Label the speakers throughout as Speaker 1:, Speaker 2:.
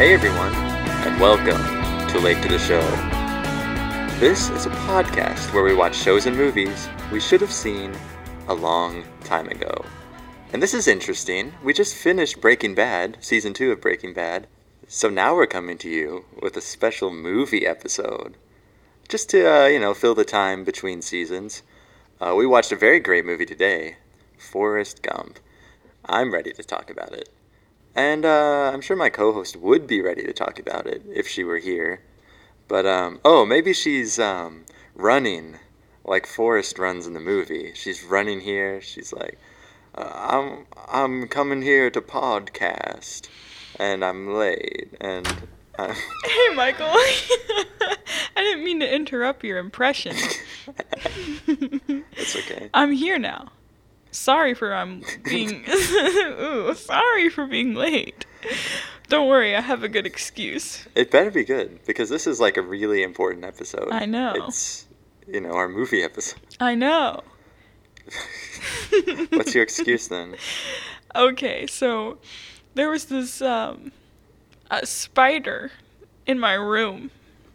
Speaker 1: Hey everyone, and welcome to Late to the Show. This is a podcast where we watch shows and movies we should have seen a long time ago. And this is interesting. We just finished Breaking Bad, season two of Breaking Bad. So now we're coming to you with a special movie episode. Just to, uh, you know, fill the time between seasons. Uh, we watched a very great movie today Forrest Gump. I'm ready to talk about it. And uh, I'm sure my co host would be ready to talk about it if she were here. But, um, oh, maybe she's um, running like Forrest runs in the movie. She's running here. She's like, uh, I'm, I'm coming here to podcast, and I'm late. And I'm
Speaker 2: Hey, Michael. I didn't mean to interrupt your impression.
Speaker 1: it's okay.
Speaker 2: I'm here now. Sorry for um being ooh, sorry for being late. Don't worry, I have a good excuse.
Speaker 1: It better be good because this is like a really important episode.
Speaker 2: I know.
Speaker 1: It's, you know, our movie episode.
Speaker 2: I know.
Speaker 1: What's your excuse then?
Speaker 2: Okay, so there was this um a spider in my room,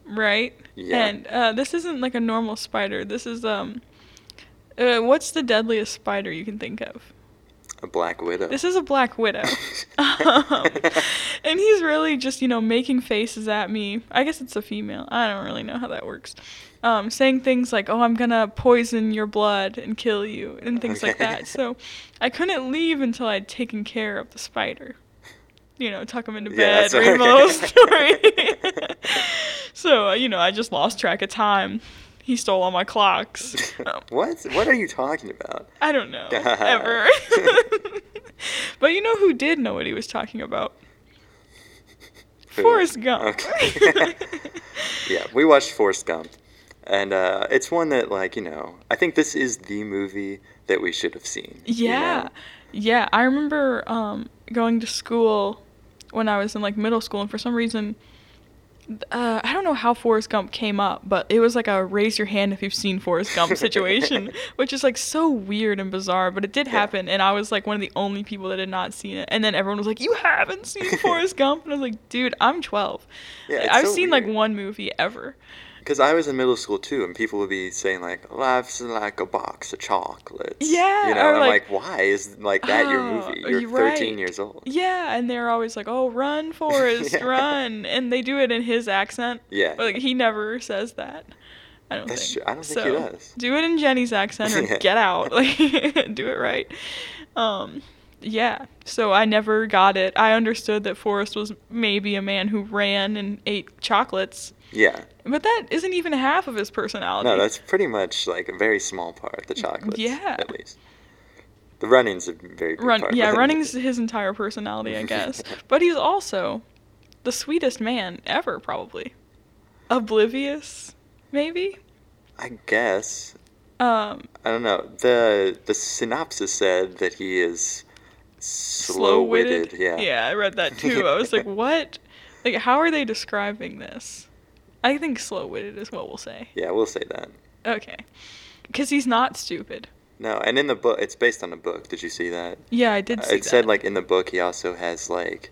Speaker 2: right?
Speaker 1: Yeah.
Speaker 2: And uh, this isn't like a normal spider. This is um uh, what's the deadliest spider you can think of?
Speaker 1: A black widow.
Speaker 2: This is a black widow. um, and he's really just, you know, making faces at me. I guess it's a female. I don't really know how that works. Um, saying things like, oh, I'm going to poison your blood and kill you, and things like
Speaker 1: Okay.
Speaker 2: that. So I couldn't leave until I'd taken care of the spider. You know, tuck him into
Speaker 1: Yeah,
Speaker 2: bed,
Speaker 1: that's
Speaker 2: read him a little
Speaker 1: okay.
Speaker 2: story. so, uh, you know, I just lost track of time. He stole all my clocks. Um,
Speaker 1: what? What are you talking about?
Speaker 2: I don't know. ever. but you know who did know what he was talking about?
Speaker 1: Who?
Speaker 2: Forrest Gump.
Speaker 1: Okay. yeah, we watched Forrest Gump, and uh, it's one that, like, you know, I think this is the movie that we should have seen. you know?
Speaker 2: yeah. Yeah. I remember um, going to school when I was in like middle school, and for some reason, uh, I don't know how Forrest Gump came up, but it was like a raise your hand if you've seen Forrest Gump situation, which is like so weird and bizarre, but it did
Speaker 1: Yeah.
Speaker 2: happen, and I was like one of the only people that had not seen it. And then everyone was like, You haven't seen Forrest Gump? And I was like, Dude, I'm 12.
Speaker 1: Yeah,
Speaker 2: Like,
Speaker 1: it's
Speaker 2: I've
Speaker 1: so
Speaker 2: seen like
Speaker 1: weird.
Speaker 2: one movie ever.
Speaker 1: Because I was in middle school too, and people would be saying like, "Life's like a box of chocolates."
Speaker 2: Yeah,
Speaker 1: you know,
Speaker 2: or
Speaker 1: and I'm like,
Speaker 2: like-
Speaker 1: "Why is like that your
Speaker 2: Oh,
Speaker 1: movie? You're
Speaker 2: you're
Speaker 1: 13
Speaker 2: right.
Speaker 1: years old."
Speaker 2: Yeah, and they're always like, "Oh, run, Forrest,
Speaker 1: Yeah.
Speaker 2: run!" And they do it in his accent.
Speaker 1: Yeah.
Speaker 2: Like he never says that. I don't
Speaker 1: That's
Speaker 2: think.
Speaker 1: true. I don't think he
Speaker 2: So,
Speaker 1: does.
Speaker 2: Do it in Jenny's accent or
Speaker 1: Yeah.
Speaker 2: get out. Like do it right. Um yeah. So I never got it. I understood that Forrest was maybe a man who ran and ate chocolates,
Speaker 1: Yeah,
Speaker 2: but that isn't even half of his personality.
Speaker 1: no, that's pretty much like a very small part. The chocolates,
Speaker 2: Mm, Yeah.
Speaker 1: at least. The running's a very big
Speaker 2: Run,
Speaker 1: part.
Speaker 2: yeah,
Speaker 1: but-
Speaker 2: running's his entire personality, I guess. but he's also the sweetest man ever, probably. Oblivious, maybe.
Speaker 1: I guess
Speaker 2: Um,
Speaker 1: I don't know. the The synopsis said that he is slow-witted. Yeah.
Speaker 2: Yeah, I read that too. I was like, what? Like, how are they describing this? I think slow-witted is what we'll say.
Speaker 1: Yeah, we'll say that.
Speaker 2: Okay, because he's not stupid.
Speaker 1: No, and in the book, it's based on a book. Did you see that?
Speaker 2: Yeah, I did.
Speaker 1: Uh,
Speaker 2: See
Speaker 1: it said
Speaker 2: that.
Speaker 1: like in the book he also has like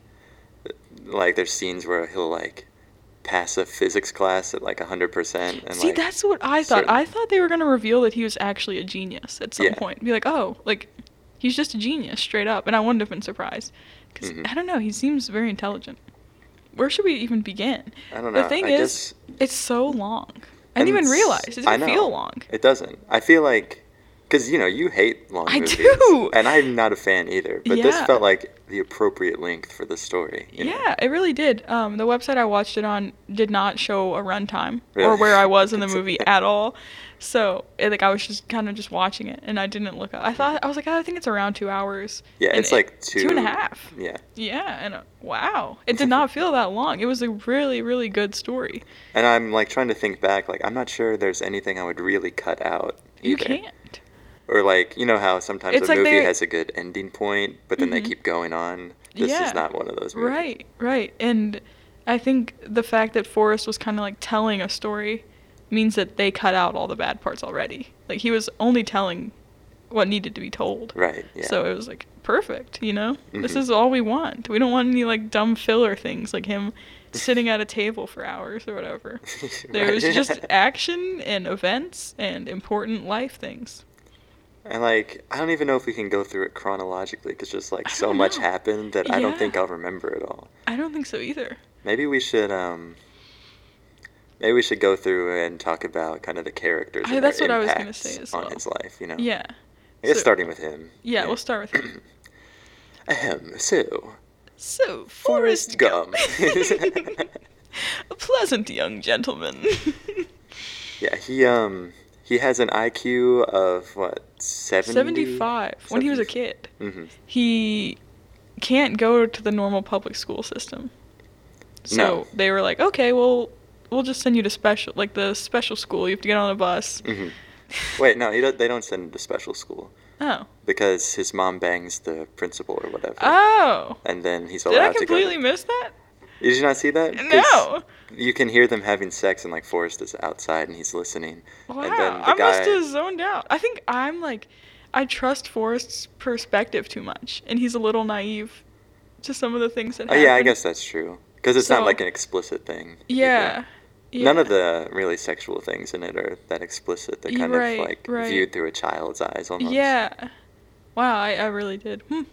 Speaker 1: like there's scenes where he'll like pass a physics class at like 100% and
Speaker 2: See,
Speaker 1: like
Speaker 2: that's what I thought.
Speaker 1: certain-
Speaker 2: I thought they were gonna reveal that he was actually a genius at some
Speaker 1: Yeah.
Speaker 2: point. Be like, oh, like he's just a genius straight up, and I wouldn't have been surprised because
Speaker 1: Mhm.
Speaker 2: I don't know. He seems very intelligent. Where should we even begin?
Speaker 1: I don't know.
Speaker 2: The thing
Speaker 1: I
Speaker 2: is,
Speaker 1: guess-
Speaker 2: it's so long. I
Speaker 1: and
Speaker 2: didn't even
Speaker 1: s-
Speaker 2: realize it
Speaker 1: I
Speaker 2: doesn't
Speaker 1: know.
Speaker 2: feel long.
Speaker 1: It doesn't. I feel like cuz you know, you hate long
Speaker 2: I
Speaker 1: movies.
Speaker 2: do.
Speaker 1: And I'm not a fan either, but this
Speaker 2: Yeah.
Speaker 1: felt like the appropriate length for the story. you know?
Speaker 2: Yeah, it really did. Um, the website I watched it on did not show a runtime
Speaker 1: Really?
Speaker 2: or where I was in the movie at all. So it, like I was just kind of just watching it, and I didn't look up. I thought I was like, oh, I think it's around two hours.
Speaker 1: Yeah,
Speaker 2: And
Speaker 1: it's
Speaker 2: it-
Speaker 1: like two
Speaker 2: two and a half.
Speaker 1: Yeah.
Speaker 2: Yeah, and uh, wow, it did not feel that long. It was a really, really good story.
Speaker 1: And I'm like trying to think back like I'm not sure there's anything I would really cut out.
Speaker 2: You
Speaker 1: either.
Speaker 2: can't.
Speaker 1: Or like you know how sometimes
Speaker 2: It's
Speaker 1: a
Speaker 2: like
Speaker 1: movie
Speaker 2: they-
Speaker 1: has a good ending point, but then they
Speaker 2: Mhm.
Speaker 1: keep going on. This
Speaker 2: Yeah.
Speaker 1: is not one of those movies.
Speaker 2: Right, right. And I think the fact that Forrest was kind of like telling a story means that they cut out all the bad parts already. Like he was only telling what needed to be told.
Speaker 1: Right. Yeah.
Speaker 2: So it was like perfect, you know? This
Speaker 1: Mhm.
Speaker 2: is all we want. We don't want any like dumb filler things like him sitting at a table for hours or whatever. There was
Speaker 1: Right.
Speaker 2: just action and events and important life things.
Speaker 1: And like, I don't even know if we can go through it chronologically because just like
Speaker 2: I
Speaker 1: so
Speaker 2: don't
Speaker 1: much
Speaker 2: know.
Speaker 1: happened that I don't think
Speaker 2: Yeah.
Speaker 1: I'll remember it all.
Speaker 2: I don't think so either.
Speaker 1: Maybe we should um. Maybe we should go through and talk about kind of the characters.
Speaker 2: I-
Speaker 1: and
Speaker 2: that's
Speaker 1: their
Speaker 2: what I was gonna
Speaker 1: impacts
Speaker 2: say as
Speaker 1: on
Speaker 2: well.
Speaker 1: his life. You know.
Speaker 2: Yeah.
Speaker 1: I guess
Speaker 2: So-
Speaker 1: starting with him.
Speaker 2: Yeah, we'll start with him.
Speaker 1: Ahem. So,
Speaker 2: So,
Speaker 1: Forrest
Speaker 2: Forrest Gump.
Speaker 1: Gump.
Speaker 2: a pleasant young gentleman.
Speaker 1: yeah, he um he has an IQ of what 70?
Speaker 2: 75 when he was a
Speaker 1: 70
Speaker 2: kid.
Speaker 1: Mhm.
Speaker 2: he can't go to the normal public school system. So
Speaker 1: No.
Speaker 2: they were like, okay, well, we'll just send you to special, like the special school. You have to get on a bus.
Speaker 1: Mhm. Wait, no, he don't, they don't send him to special school
Speaker 2: Oh.
Speaker 1: because his mom bangs the principal or whatever.
Speaker 2: Oh.
Speaker 1: and then he's allowed
Speaker 2: Did I
Speaker 1: to go.
Speaker 2: completely
Speaker 1: to-
Speaker 2: miss that?
Speaker 1: Did you not see that? 'Cause
Speaker 2: No.
Speaker 1: You can hear them having sex, and like Forrest is outside and he's listening.
Speaker 2: Wow.
Speaker 1: And then the
Speaker 2: I
Speaker 1: guy.
Speaker 2: must have zoned out. I think I'm like, I trust Forrest's perspective too much, and he's a little naive to some of the things
Speaker 1: oh
Speaker 2: that happen.
Speaker 1: yeah, I guess that's true because it's not
Speaker 2: So-
Speaker 1: like an explicit thing. you know?
Speaker 2: Yeah. yeah.
Speaker 1: None of the really sexual things in it are that explicit. They're
Speaker 2: Y-
Speaker 1: kind
Speaker 2: right,
Speaker 1: of like
Speaker 2: right.
Speaker 1: viewed through a child's eyes almost.
Speaker 2: Yeah. Wow, I, I really did. Hmm.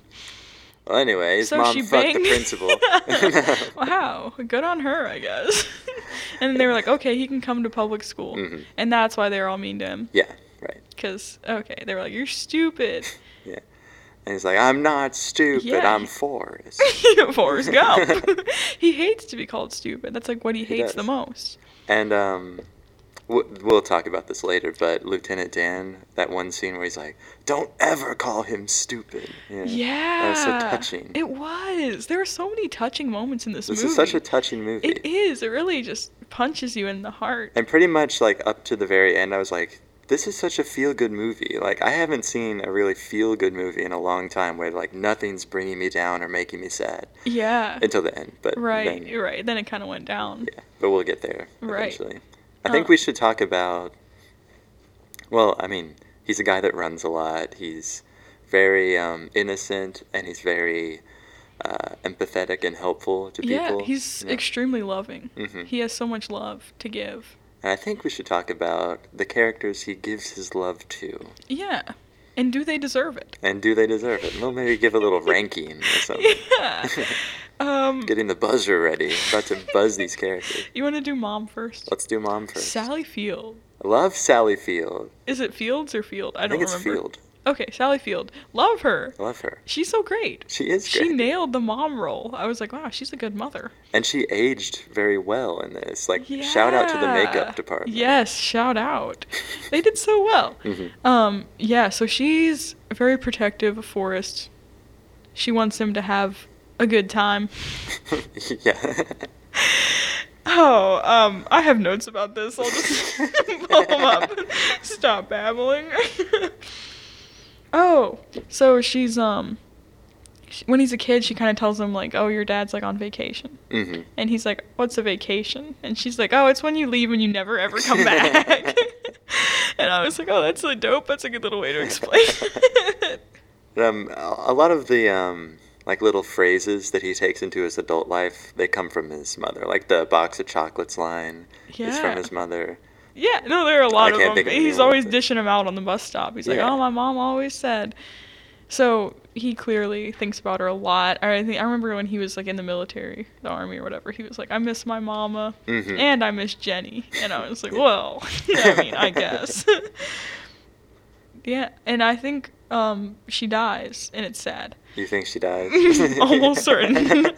Speaker 1: Well, anyway, his mom fucked the principal.
Speaker 2: wow, good on her, I guess. and they were like, okay, he can come to public school,
Speaker 1: Mhm.
Speaker 2: and that's why they were all mean to him.
Speaker 1: Yeah, right.
Speaker 2: Cause okay, they were like, you're stupid,
Speaker 1: Yeah. And he's like, I'm not stupid.
Speaker 2: Yeah.
Speaker 1: I'm Forrest.
Speaker 2: Forrest Gump. he hates to be called stupid. That's like what he
Speaker 1: He
Speaker 2: hates the
Speaker 1: does.
Speaker 2: most.
Speaker 1: and um, w- we'll talk about this later. But Lieutenant Dan, that one scene where he's like, "Don't ever call him stupid." Yeah.
Speaker 2: Yeah,
Speaker 1: That was so touching.
Speaker 2: It was. There were so many touching moments in this,
Speaker 1: this
Speaker 2: movie.
Speaker 1: is such a touching movie.
Speaker 2: It is. It really just punches you in the heart.
Speaker 1: And pretty much like up to the very end, I was like, this is such a feel good movie. Like I haven't seen a really feel good movie in a long time where like nothing's bringing me down or making me sad
Speaker 2: Yeah.
Speaker 1: until the end. But
Speaker 2: Uh, right.
Speaker 1: then-
Speaker 2: right. Then it kind of went down.
Speaker 1: yeah, but we'll get there
Speaker 2: Right.
Speaker 1: eventually. I think
Speaker 2: Uh.
Speaker 1: we should talk about. Well, I mean, he's a guy that runs a lot. He's very um, innocent and he's very uh, empathetic and helpful to
Speaker 2: Yeah,
Speaker 1: people.
Speaker 2: he's
Speaker 1: Yeah.
Speaker 2: extremely loving.
Speaker 1: Mhm.
Speaker 2: He has so much love to give.
Speaker 1: And I think we should talk about the characters he gives his love to.
Speaker 2: Yeah. And do they deserve it?
Speaker 1: And do they deserve it? Well, maybe give a little ranking or something.
Speaker 2: Yeah. Um,
Speaker 1: Getting the buzzer ready. About to buzz these characters.
Speaker 2: you want to do mom 1st
Speaker 1: Let's do mom first.
Speaker 2: Sally Field.
Speaker 1: I love Sally Field.
Speaker 2: Is it Fields or Field? I,
Speaker 1: I,
Speaker 2: don't
Speaker 1: think it's
Speaker 2: remember.
Speaker 1: Field.
Speaker 2: Okay, Sally Field. Love her.
Speaker 1: I love her.
Speaker 2: She's so great.
Speaker 1: She is
Speaker 2: She
Speaker 1: great.
Speaker 2: nailed the mom role. I was like, wow, she's a good mother.
Speaker 1: and she aged very well in this. Like, shout out to the
Speaker 2: Yeah.
Speaker 1: makeup department.
Speaker 2: Yes, shout out. they did so well.
Speaker 1: Mhm.
Speaker 2: Um, yeah, so she's very protective of Forrest. She wants him to have a good time.
Speaker 1: yeah.
Speaker 2: Oh, um, I have notes about this. I'll just pull them up. Stop babbling. oh, so she's um, sh when he's a kid, she kind of tells him like, "Oh, your dad's like on vacation,"
Speaker 1: hmm
Speaker 2: and he's like, "What's a vacation?" And she's like, "Oh, it's when you leave and you never ever come back." and I was like, "Oh, that's so dope. That's a good little way to explain." it."
Speaker 1: Um, a lot of the um, like little phrases that he takes into his adult life, they come from his mother. Like the box of chocolates line is
Speaker 2: Yeah.
Speaker 1: from his mother.
Speaker 2: Yeah, no, there are a
Speaker 1: I
Speaker 2: lot of
Speaker 1: can't
Speaker 2: them.
Speaker 1: think of any
Speaker 2: he's
Speaker 1: more,
Speaker 2: always
Speaker 1: but-
Speaker 2: dishing them out on the bus stop. He's like,
Speaker 1: Yeah.
Speaker 2: "Oh, my mom always said." So he clearly thinks about her a lot. I think I remember when he was like in the military, the army or whatever. He was like, "I miss my mama,
Speaker 1: Mhm.
Speaker 2: and I miss Jenny," and I was like, "Well, I mean, I guess." yeah, and I think um, she dies, and it's sad.
Speaker 1: You think she dies?
Speaker 2: Almost certain.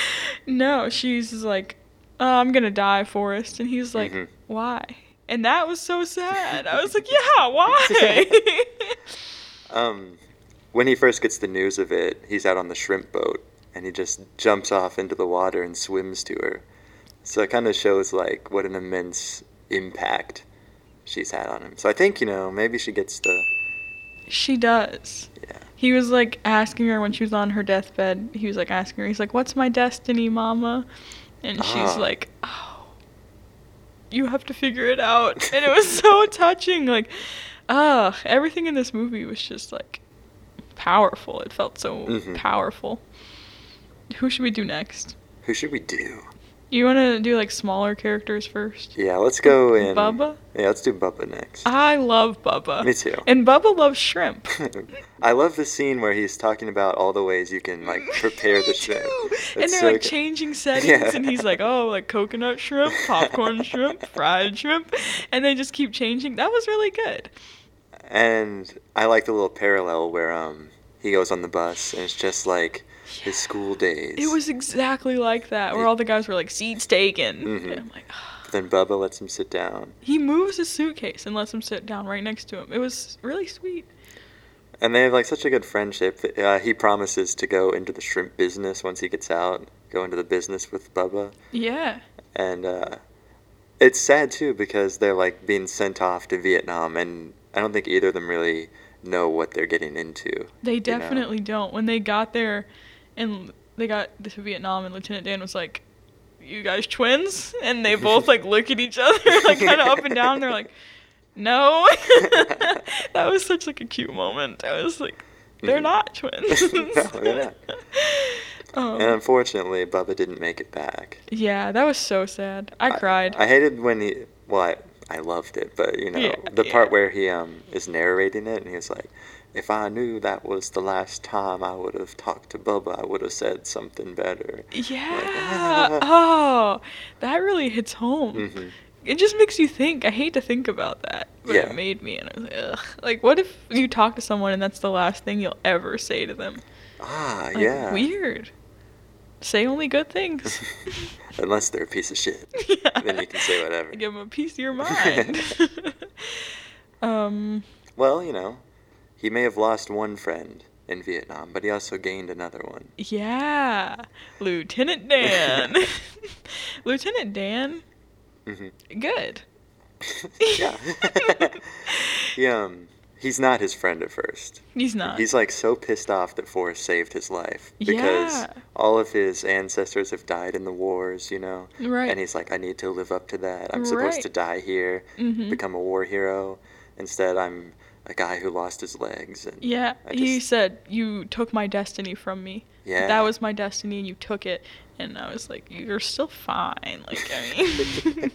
Speaker 2: no, she's like, uh, I'm gonna die, Forrest. And he's like,
Speaker 1: Mhm.
Speaker 2: why? And that was so sad. I was like, yeah, why?
Speaker 1: um, when he first gets the news of it, he's out on the shrimp boat and he just jumps off into the water and swims to her. So it kind of shows like what an immense impact she's had on him. So I think you know maybe she gets the
Speaker 2: she does.
Speaker 1: yeah.
Speaker 2: He was like asking her when she was on her deathbed. He was like asking her, he's like, what's my destiny, mama? And she's
Speaker 1: Ah.
Speaker 2: like, oh, you have to figure it out. And it was so touching. Like, Ugh, everything in this movie was just like powerful. It felt so
Speaker 1: Mhm.
Speaker 2: powerful. Who should we do next?
Speaker 1: Who should we do?
Speaker 2: You want to do like smaller characters first?
Speaker 1: Yeah, let's go in.
Speaker 2: Bubba? Uh-huh.
Speaker 1: Yeah, let's do Bubba next.
Speaker 2: I love Bubba.
Speaker 1: Me too.
Speaker 2: And Bubba loves shrimp.
Speaker 1: I love the scene where he's talking about all the ways you can like prepare
Speaker 2: Me
Speaker 1: the shrimp.
Speaker 2: too.
Speaker 1: It's
Speaker 2: And they're
Speaker 1: so
Speaker 2: like
Speaker 1: good.
Speaker 2: changing settings,
Speaker 1: Yeah.
Speaker 2: and he's like, "Oh, like coconut shrimp, popcorn shrimp, fried shrimp," and they just keep changing. That was really good.
Speaker 1: And I like the little parallel where um he goes on the bus and it's just like his school days.
Speaker 2: It was exactly like that, where
Speaker 1: It-
Speaker 2: all the guys were like, "Seats taken."
Speaker 1: Mhm.
Speaker 2: And I'm like, "Ah."
Speaker 1: But then Bubba lets him sit down,
Speaker 2: he moves his suitcase and lets him sit down right next to him. It was really sweet.
Speaker 1: and they have like such a good friendship. that, Uh, he promises to go into the shrimp business once he gets out, go into the business with Bubba,
Speaker 2: Yeah.
Speaker 1: and uh, it's sad too because they're like being sent off to Vietnam, and I don't think either of them really know what they're getting into.
Speaker 2: They
Speaker 1: know.
Speaker 2: definitely don't. When they got there and they got to Vietnam and Lieutenant Dan was like, You guys twins? And they both like look at each other like kinda up and down. They're like, No That was such like a cute moment. I was like, They're
Speaker 1: Mhm.
Speaker 2: not twins.
Speaker 1: No, they're not.
Speaker 2: Um,
Speaker 1: And unfortunately, Bubba didn't make it back.
Speaker 2: yeah, that was so sad. I, cried.
Speaker 1: I hated when he. Well, I, I loved it, but you know
Speaker 2: Yeah,
Speaker 1: the part
Speaker 2: yeah.
Speaker 1: where he um is narrating it, and he was like, "If I knew that was the last time I would have talked to Bubba, I would have said something better."
Speaker 2: yeah.
Speaker 1: "Ah."
Speaker 2: Oh, that really hits home.
Speaker 1: hmm
Speaker 2: it just makes you think. I hate to think about that, but
Speaker 1: Yeah.
Speaker 2: it made me, and I was like, ugh. Like, what if you talk to someone and that's the last thing you'll ever say to them?
Speaker 1: Ah,
Speaker 2: Like,
Speaker 1: yeah.
Speaker 2: Weird. Say only good things.
Speaker 1: Unless they're a piece of shit,
Speaker 2: yeah.
Speaker 1: then you can say whatever.
Speaker 2: Give them a piece of your mind. um.
Speaker 1: Well, you know, he may have lost one friend in Vietnam, but he also gained another one.
Speaker 2: Yeah, Lieutenant Dan. Lieutenant Dan.
Speaker 1: hmm
Speaker 2: Good.
Speaker 1: yeah. he, um, he's not his friend at first.
Speaker 2: He's not.
Speaker 1: He's like so pissed off that Forrest saved his life because
Speaker 2: Yeah.
Speaker 1: all of his ancestors have died in the wars, you know.
Speaker 2: right.
Speaker 1: And he's like, I need to live up to that. I'm supposed
Speaker 2: Right.
Speaker 1: to die here,
Speaker 2: Mhm.
Speaker 1: become a war hero. Instead, I'm a guy who lost his legs. And
Speaker 2: Yeah,
Speaker 1: I
Speaker 2: he
Speaker 1: just-
Speaker 2: said, You took my destiny from me.
Speaker 1: Yeah.
Speaker 2: That was my destiny, and you took it. And I was like, You're still fine. Like, I mean. and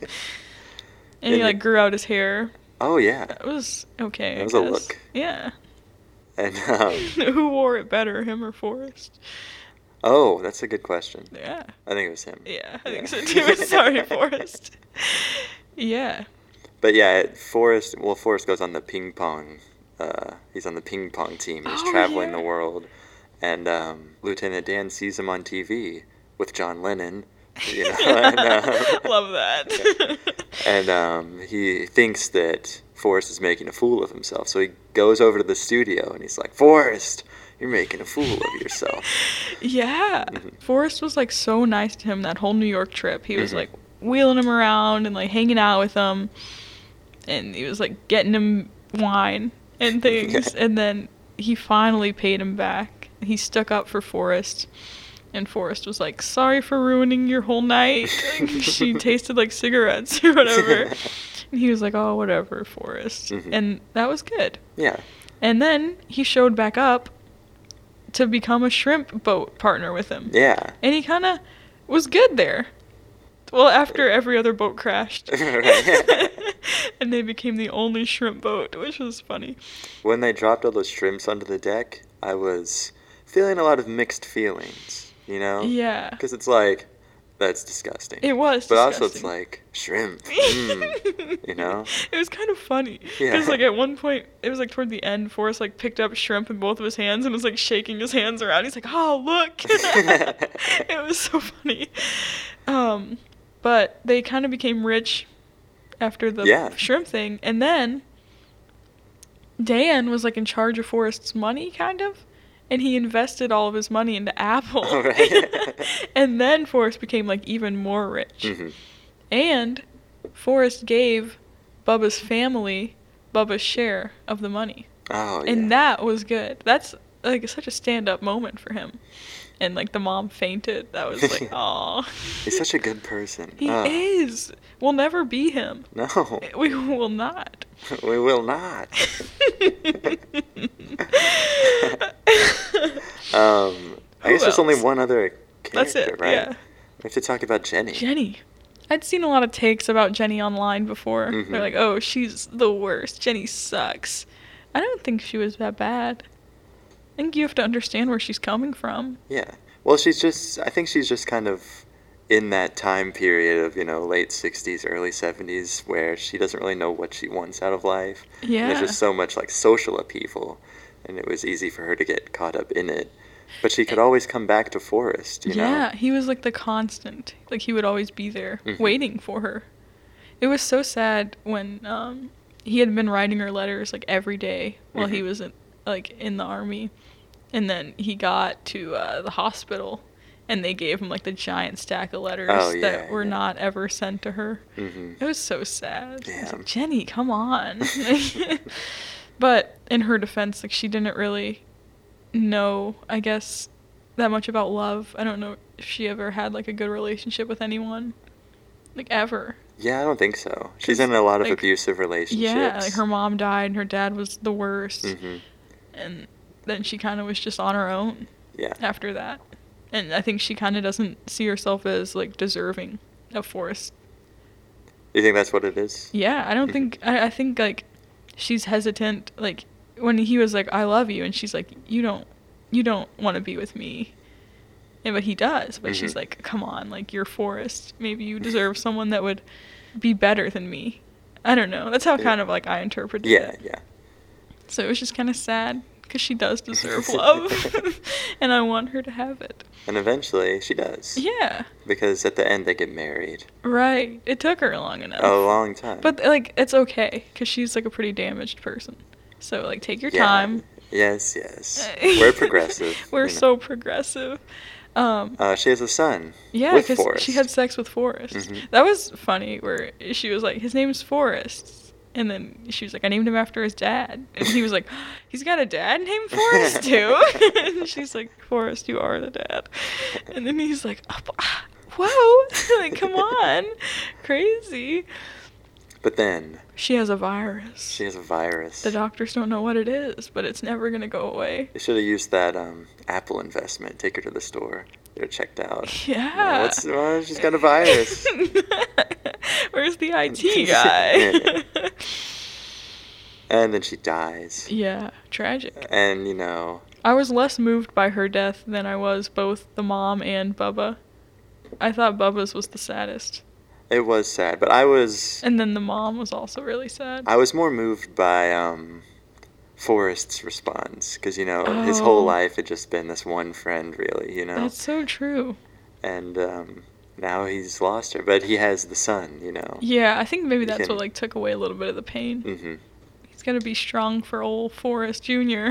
Speaker 1: And
Speaker 2: he,
Speaker 1: the-
Speaker 2: like, grew out his hair.
Speaker 1: oh yeah,
Speaker 2: That was okay.
Speaker 1: That
Speaker 2: I
Speaker 1: was a
Speaker 2: guess.
Speaker 1: look.
Speaker 2: Yeah.
Speaker 1: and um,
Speaker 2: Who wore it better, him or Forrest?
Speaker 1: oh, that's a good question.
Speaker 2: Yeah.
Speaker 1: I think it was him.
Speaker 2: Yeah, I
Speaker 1: Yeah.
Speaker 2: think so too. Sorry, Forrest. Yeah.
Speaker 1: But yeah, it- Forrest. Well, Forrest goes on the ping pong. Uh, he's on the ping pong team. He's
Speaker 2: Oh,
Speaker 1: traveling
Speaker 2: yeah.
Speaker 1: the world, and um, Lieutenant Dan sees him on TV with John Lennon. You know, and, uh,
Speaker 2: Love that.
Speaker 1: and um, he thinks that Forrest is making a fool of himself. So he goes over to the studio and he's like, "Forrest, you're making a fool of yourself."
Speaker 2: Yeah.
Speaker 1: Mhm.
Speaker 2: Forrest was like so nice to him that whole New York trip. He was
Speaker 1: Mhm.
Speaker 2: like wheeling him around and like hanging out with him. And he was like getting him wine and things.
Speaker 1: Yeah.
Speaker 2: And then he finally paid him back. He stuck up for Forrest. And Forrest was like, sorry for ruining your whole night. Like, she tasted like cigarettes or whatever. and he was like, oh, whatever, Forrest.
Speaker 1: Mhm.
Speaker 2: And that was good.
Speaker 1: yeah.
Speaker 2: And then he showed back up to become a shrimp boat partner with him.
Speaker 1: Yeah.
Speaker 2: And he kind of was good there. Well, after every other boat crashed.
Speaker 1: Right.
Speaker 2: and they became the only shrimp boat, which was funny.
Speaker 1: When they dropped all those shrimps onto the deck, I was feeling a lot of mixed feelings. You know.
Speaker 2: Yeah.
Speaker 1: Because it's like, that's disgusting.
Speaker 2: It was.
Speaker 1: but also, it's
Speaker 2: disgusting.
Speaker 1: like shrimp. Mm, you know?
Speaker 2: It was kind of funny
Speaker 1: Yeah.
Speaker 2: because, like, at one point, it was like toward the end, Forrest like picked up shrimp in both of his hands and was like shaking his hands around. He's like, "Oh, look!" it was so funny. Um, but they kind of became rich after the
Speaker 1: Yeah.
Speaker 2: shrimp thing, and then Dan was like in charge of Forrest's money, kind of. And he invested all of his money into Apple.
Speaker 1: Oh, right.
Speaker 2: and then Forrest became like even more rich.
Speaker 1: Mhm.
Speaker 2: And Forrest gave Bubba's family Bubba's share of the money.
Speaker 1: Oh, yeah.
Speaker 2: And that was good. That's like such a stand up moment for him. And like the mom fainted. That was like, aw.
Speaker 1: He's such a good person.
Speaker 2: He
Speaker 1: Ah,
Speaker 2: is. We'll never be him.
Speaker 1: No.
Speaker 2: We will not.
Speaker 1: we will not. Um, I
Speaker 2: Who
Speaker 1: guess there's only
Speaker 2: else?
Speaker 1: one other character,
Speaker 2: That's it,
Speaker 1: right?
Speaker 2: yeah.
Speaker 1: We have to talk about Jenny.
Speaker 2: Jenny. I'd seen a lot of takes about Jenny online before.
Speaker 1: Mhm.
Speaker 2: They're like, oh, she's the worst. Jenny sucks. I don't think she was that bad. I think you have to understand where she's coming from.
Speaker 1: Yeah. Well, she's just, I think she's just kind of in that time period of, you know, late 60s, early 70s, where she doesn't really know what she wants out of life. And
Speaker 2: Yeah.
Speaker 1: there's just so much, like, social upheaval, and it was easy for her to get caught up in it. But she could always come back to Forrest, you
Speaker 2: yeah, he was like the constant. Like he would always be there
Speaker 1: Mhm.
Speaker 2: waiting for her. It was so sad when um, he had been writing her letters like every day while he
Speaker 1: Mhm.
Speaker 2: was in, like in the army, and then he got to uh, the hospital, and they gave him like the giant stack of letters
Speaker 1: Oh,
Speaker 2: that
Speaker 1: yeah,
Speaker 2: were
Speaker 1: yeah.
Speaker 2: not ever sent to her.
Speaker 1: know? Mm-hmm.
Speaker 2: It was so sad. I was
Speaker 1: Damn.
Speaker 2: like, Jenny, come on. but in her defense, like she didn't really know, I guess, that much about love. I don't know if she ever had like a good relationship with anyone. Like ever.
Speaker 1: Yeah, I don't think so. She's
Speaker 2: 'Cause,
Speaker 1: in a lot of
Speaker 2: like,
Speaker 1: abusive relationships.
Speaker 2: Yeah, like her mom died and her dad was the worst.
Speaker 1: Mm-hmm.
Speaker 2: And then she kind of was just on her own
Speaker 1: Yeah.
Speaker 2: after that. And I think she kind of doesn't see herself as like deserving of Forrest
Speaker 1: You think that's what it is?
Speaker 2: Yeah, I don't
Speaker 1: Mhm.
Speaker 2: think I, I think like she's hesitant like when he was like I love you and she's like you don't you don't want to be with me. And but he does, but she's
Speaker 1: Mhm.
Speaker 2: like come on, like you're Forrest. Maybe you deserve someone that would be better than me. I don't know. That's how
Speaker 1: Yeah.
Speaker 2: kind of like I interpreted
Speaker 1: Yeah,
Speaker 2: it.
Speaker 1: yeah.
Speaker 2: So it was just kind of sad cuz she does deserve love and I want her to have it.
Speaker 1: And eventually she does.
Speaker 2: Yeah.
Speaker 1: Because at the end they get married.
Speaker 2: Right. It took her long enough.
Speaker 1: A long time.
Speaker 2: But like it's okay because she's like a pretty damaged person. So like take your
Speaker 1: Yeah.
Speaker 2: time.
Speaker 1: Yes, yes. We're progressive.
Speaker 2: We're
Speaker 1: you know.
Speaker 2: so progressive. Um,
Speaker 1: Uh, she has a son.
Speaker 2: yeah,
Speaker 1: with
Speaker 2: because she had
Speaker 1: Forrest.
Speaker 2: sex with Forrest.
Speaker 1: Mhm.
Speaker 2: That was funny. Where she was like, his name's Forrest, and then she was like, I named him after his dad, and he was like, he's got a dad named Forrest too. and she's like, Forrest, you are the dad. And then he's like, "Oh, ah, whoa, like come on, crazy.
Speaker 1: But then
Speaker 2: She has a virus.
Speaker 1: she has a virus.
Speaker 2: The doctors don't know what it is, but it's never gonna go away.
Speaker 1: They should have used that um, Apple investment. Take her to the store. Get her checked out.
Speaker 2: Yeah.
Speaker 1: No, what's, well, she's got a virus.
Speaker 2: Where's the IT guy?
Speaker 1: and then she dies.
Speaker 2: yeah, tragic.
Speaker 1: And, you know,
Speaker 2: I was less moved by her death than I was both the mom and Bubba. I thought Bubba's was the saddest,
Speaker 1: it was sad. But I was.
Speaker 2: and then the mom was also really sad.
Speaker 1: I was more moved by um, Forrest's response because you know his whole
Speaker 2: Oh.
Speaker 1: life had just been this one friend, really, you know,
Speaker 2: That's so true.
Speaker 1: and um, now he's lost her, but he has the son, you know.
Speaker 2: Yeah, I think maybe
Speaker 1: You
Speaker 2: that's
Speaker 1: can-
Speaker 2: what like took away a little bit of the pain.
Speaker 1: hmm
Speaker 2: He's gonna be strong for old Forrest Jr.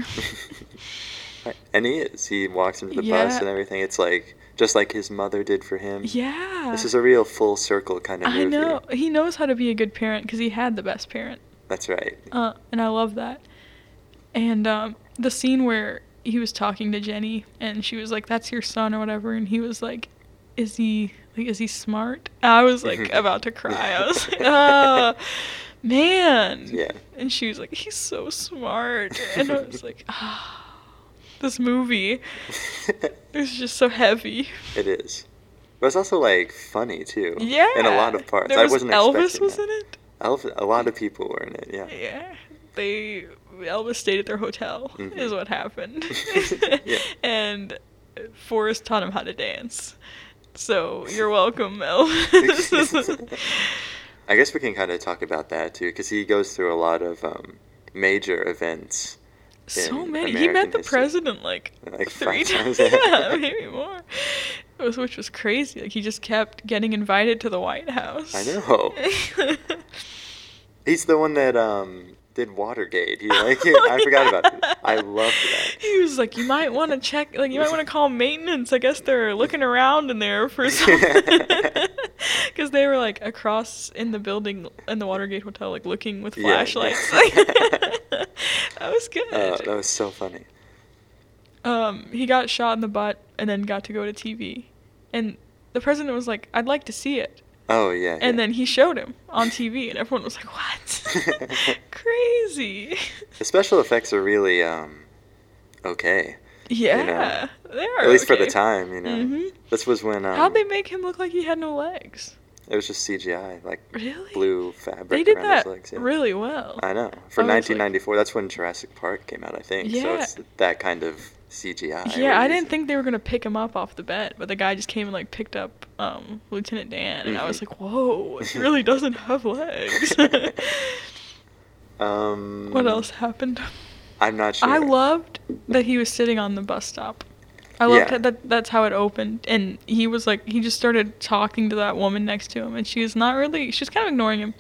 Speaker 1: and he is. He walks into the bus
Speaker 2: Yeah.
Speaker 1: and everything. It's like just like his mother did for him.
Speaker 2: yeah.
Speaker 1: This is a real full circle kind of
Speaker 2: I
Speaker 1: movie.
Speaker 2: know he knows how to be a good parent because he had the best parent,
Speaker 1: That's right.
Speaker 2: uh, and I love that. And um, the scene where he was talking to Jenny, and she was like, "That's your son" or whatever, and he was like, "Is he like is he smart?" I was like about to cry. I was like, "Oh man!"
Speaker 1: Yeah.
Speaker 2: And she was like, "He's so smart," and I was like, "Ah, this movie is just so heavy."
Speaker 1: it is. But it's also like funny too.
Speaker 2: Yeah.
Speaker 1: In a lot of parts.
Speaker 2: There
Speaker 1: I
Speaker 2: was
Speaker 1: wasn't
Speaker 2: Elvis
Speaker 1: expecting
Speaker 2: was
Speaker 1: that.
Speaker 2: in it.
Speaker 1: Elvis, a lot of people were in it.
Speaker 2: Yeah. They Elvis stayed at their hotel
Speaker 1: Mhm.
Speaker 2: is what happened.
Speaker 1: Yeah.
Speaker 2: And Forrest taught him how to dance. So you're welcome, Elvis.
Speaker 1: I guess we can kind of talk about that too, because he goes through a lot of um, major events.
Speaker 2: so
Speaker 1: In
Speaker 2: many. he
Speaker 1: American
Speaker 2: met the
Speaker 1: history.
Speaker 2: president like,
Speaker 1: Like
Speaker 2: three
Speaker 1: five times,
Speaker 2: times.
Speaker 1: yeah.
Speaker 2: yeah, maybe more. It was, which was crazy. Like he just kept getting invited to the White House.
Speaker 1: I know. He's the one that um, did Watergate. He like I forgot about. It. I loved that.
Speaker 2: He was like, you might want to check, like, you might want to call maintenance. I guess they're looking around in there for something. Because they were, like, across in the building in the Watergate Hotel, like, looking with
Speaker 1: Yeah, yeah.
Speaker 2: flashlights. that was good.
Speaker 1: Oh, that was so funny.
Speaker 2: um, he got shot in the butt and then got to go to TV. And the president was like, I'd like to see it.
Speaker 1: Oh yeah.
Speaker 2: And
Speaker 1: yeah.
Speaker 2: then he showed him on TV, and everyone was like, "What? Crazy!"
Speaker 1: the special effects are really um, okay.
Speaker 2: Yeah, they are.
Speaker 1: At least for the
Speaker 2: okay.
Speaker 1: time, you know.
Speaker 2: Mhm.
Speaker 1: This was when um,
Speaker 2: How'd they make him look like he had no legs?
Speaker 1: it was just CGI, like
Speaker 2: Really?
Speaker 1: blue fabric
Speaker 2: They did
Speaker 1: around
Speaker 2: that
Speaker 1: his legs. Yeah.
Speaker 2: really well.
Speaker 1: I know. For
Speaker 2: I was like-
Speaker 1: 1994, that's when Jurassic Park came out, I think. So
Speaker 2: Yeah.
Speaker 1: it's that kind of CGI.
Speaker 2: yeah, I
Speaker 1: where he's-
Speaker 2: didn't think they were gonna pick him up off the bed, but the guy just came and like picked up um, Lieutenant Dan, and I was
Speaker 1: Mhm.
Speaker 2: like, "Whoa, it really doesn't have legs."
Speaker 1: Mm-hmm. Um,
Speaker 2: what else happened?
Speaker 1: I'm not sure.
Speaker 2: I loved that he was sitting on the bus stop. I loved
Speaker 1: Yeah.
Speaker 2: that, that that's how it opened, and he was like he just started talking to that woman next to him, and she was not really she was kind of ignoring him.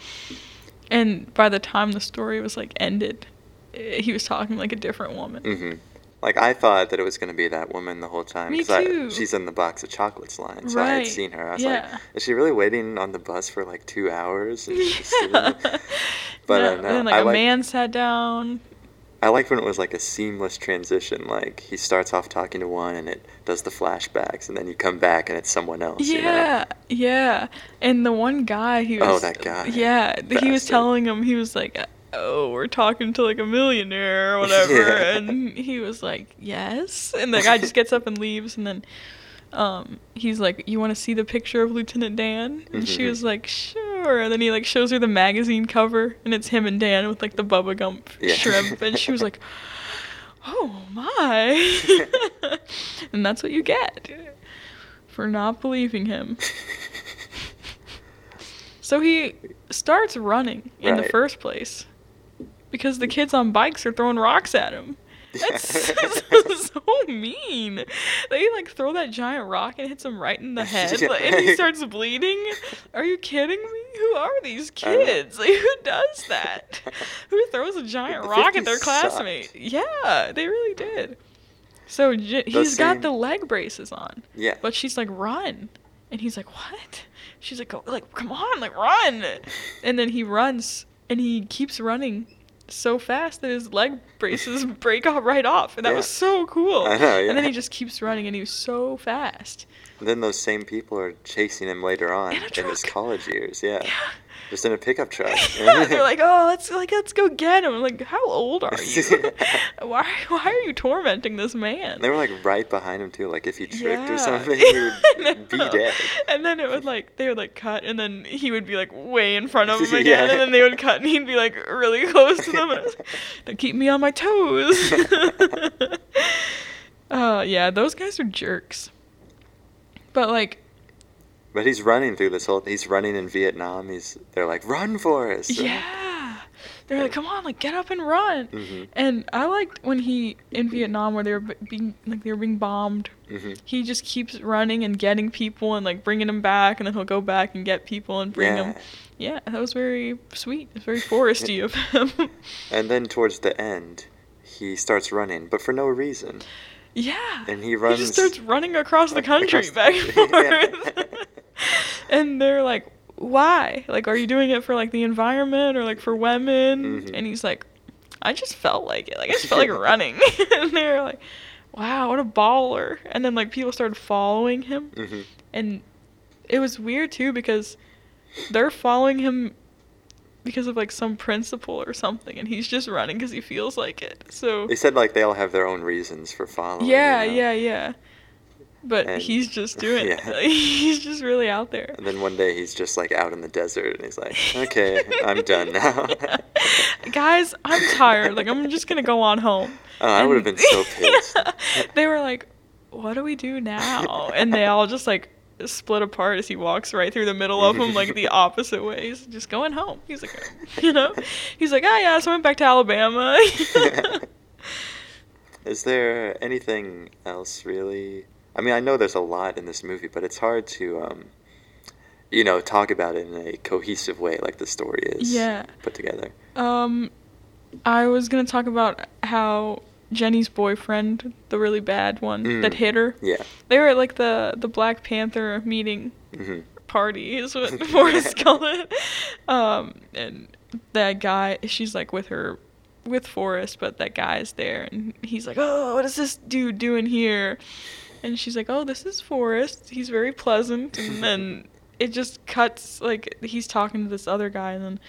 Speaker 2: And by the time the story was like ended, eh, he was talking like a different woman.
Speaker 1: hmm Like I thought that it was going to be that woman the whole time
Speaker 2: Me
Speaker 1: I,
Speaker 2: too.
Speaker 1: she's in the box of chocolates line, so I had
Speaker 2: Right,
Speaker 1: seen her. I was
Speaker 2: yeah.
Speaker 1: like, is she really waiting on the bus for like two hours? And she's just sitting
Speaker 2: Yeah.
Speaker 1: there? But, uh,
Speaker 2: No,
Speaker 1: no,
Speaker 2: then like
Speaker 1: I
Speaker 2: a
Speaker 1: like-
Speaker 2: man sat down.
Speaker 1: I liked when it was like a seamless transition. Like he starts off talking to one, and it does the flashbacks, and then you come back, and it's someone else. you know?
Speaker 2: Yeah, yeah. And the one guy, he was.
Speaker 1: Oh, that guy.
Speaker 2: Yeah, th- he was
Speaker 1: Bastard.
Speaker 2: telling him, he was like, oh, we're talking to like a millionaire or whatever.
Speaker 1: Yeah.
Speaker 2: And he was like, yes. And the guy just gets up and leaves. And then um, he's like, you want to see the picture of Lieutenant Dan? And she
Speaker 1: Mhm.
Speaker 2: was like, sure. And then he like shows her the magazine cover, and it's him and Dan with like the Bubba Gump
Speaker 1: Yeah.
Speaker 2: shrimp. And she was like, oh my. and that's what you get for not believing him. So he starts running in the
Speaker 1: Right.
Speaker 2: first place because the kids on bikes are throwing rocks at him. That's so mean. They like throw that giant rock and hits him right in the head,
Speaker 1: Yeah.
Speaker 2: like, and he starts bleeding. Are you kidding me? Who are these
Speaker 1: I don't know.
Speaker 2: kids? Like, who does that? Who throws a giant
Speaker 1: The
Speaker 2: rock at
Speaker 1: 50s
Speaker 2: their classmate?
Speaker 1: sucked.
Speaker 2: Yeah, they really did. So j-
Speaker 1: Those
Speaker 2: he's got
Speaker 1: same-
Speaker 2: the leg braces on.
Speaker 1: Yeah.
Speaker 2: But she's like, run. And he's like, what? She's like, go, like, come on, like, run. And then he runs and he keeps running so fast that his leg braces break off right off. And that
Speaker 1: Yeah.
Speaker 2: was so cool.
Speaker 1: I know,
Speaker 2: And then
Speaker 1: yeah.
Speaker 2: he just keeps running and he was so fast.
Speaker 1: And then those same people are chasing him later on
Speaker 2: In a
Speaker 1: his
Speaker 2: truck.
Speaker 1: college years. Yeah.
Speaker 2: Yeah.
Speaker 1: Just in a pickup truck.
Speaker 2: Yeah, they're like, oh, let's like let's go get him. I'm like, how old are you? why why are you tormenting this man?
Speaker 1: They were like right behind him too. Like if he tripped
Speaker 2: Yeah.
Speaker 1: or something, he would be
Speaker 2: No.
Speaker 1: dead.
Speaker 2: And then it would like they would like cut, and then he would be like way in front of them again,
Speaker 1: Yeah.
Speaker 2: and then they would cut, and he'd be like really close to them. And it was like, "Now keep me on my toes. uh, yeah, those guys are jerks. But like,
Speaker 1: But he's running through this whole. He's running in Vietnam. He's they're like run for us.
Speaker 2: yeah, they're like, come on, like get up and run.
Speaker 1: Mhm.
Speaker 2: And I liked when he in Vietnam where they were b- being like they were being bombed.
Speaker 1: Mhm.
Speaker 2: He just keeps running and getting people and like bringing them back, and then he'll go back and get people and bring them.
Speaker 1: Yeah.
Speaker 2: Yeah, that was very sweet. It's very foresty of him.
Speaker 1: And then towards the end, he starts running, but for no reason.
Speaker 2: yeah.
Speaker 1: And he
Speaker 2: He
Speaker 1: runs.
Speaker 2: just starts running across the
Speaker 1: ac-
Speaker 2: country
Speaker 1: across the
Speaker 2: back and
Speaker 1: country.
Speaker 2: forth. and they're like, why? Like, are you doing it for like the environment or like for women?
Speaker 1: Mhm.
Speaker 2: And he's like, I just felt like it. Like, I just felt like running. and they're like, wow, what a baller. And then like people started following him.
Speaker 1: Mhm.
Speaker 2: and it was weird too because they're following him because of like some principle or something and he's just running because he feels like it so
Speaker 1: They said like they all have their own reasons for following. you
Speaker 2: yeah
Speaker 1: know?
Speaker 2: yeah yeah but
Speaker 1: And-
Speaker 2: he's just doing
Speaker 1: yeah.
Speaker 2: it he's just really out there
Speaker 1: And then one day he's just like out in the desert, and he's like, "Okay, I'm done now."
Speaker 2: Yeah. guys i'm tired like i'm just gonna go on home
Speaker 1: Oh, I would have
Speaker 2: And-
Speaker 1: been so pissed.
Speaker 2: they were like, "What do we do now?" And they all just like split apart as he walks right through the middle of them, like the opposite ways, just going home. He's like, you know, he's like, "Oh yeah, so I went back to Alabama."
Speaker 1: Is there anything else really? I mean, I know there's a lot in this movie, but it's hard to, um, you know, talk about it in a cohesive way like the story is
Speaker 2: Yeah.
Speaker 1: put together.
Speaker 2: um, I was gonna talk about how Jenny's boyfriend, the really bad one
Speaker 1: Mm.
Speaker 2: that hit her,
Speaker 1: Yeah.
Speaker 2: they were at like the the Black Panther meeting
Speaker 1: hmm
Speaker 2: party is what Forrest called it. Um, and that guy, she's like with her, with Forrest, but that guy's there, and he's like, "Oh, what is this dude doing here?" And she's like, "Oh, this is Forrest. He's very pleasant." And then it just cuts like he's talking to this other guy and then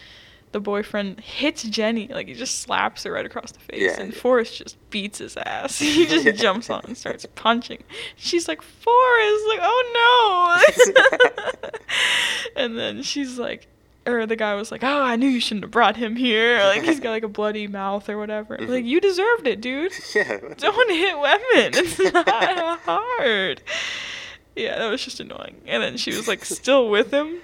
Speaker 2: the boyfriend hits Jenny like he just slaps her right across the face
Speaker 1: Yeah,
Speaker 2: and
Speaker 1: yeah.
Speaker 2: Forrest just beats his ass. He just
Speaker 1: Yeah.
Speaker 2: jumps on and starts punching. She's like Forrest, like oh no. and then she's like or the guy was like, "Oh, I knew you shouldn't have brought him here." Like he's got like a bloody mouth or whatever.
Speaker 1: Mhm.
Speaker 2: Like you deserved it, dude.
Speaker 1: yeah. what the-
Speaker 2: Don't hit women. It's not hard. Yeah, that was just annoying. And then she was like still with him.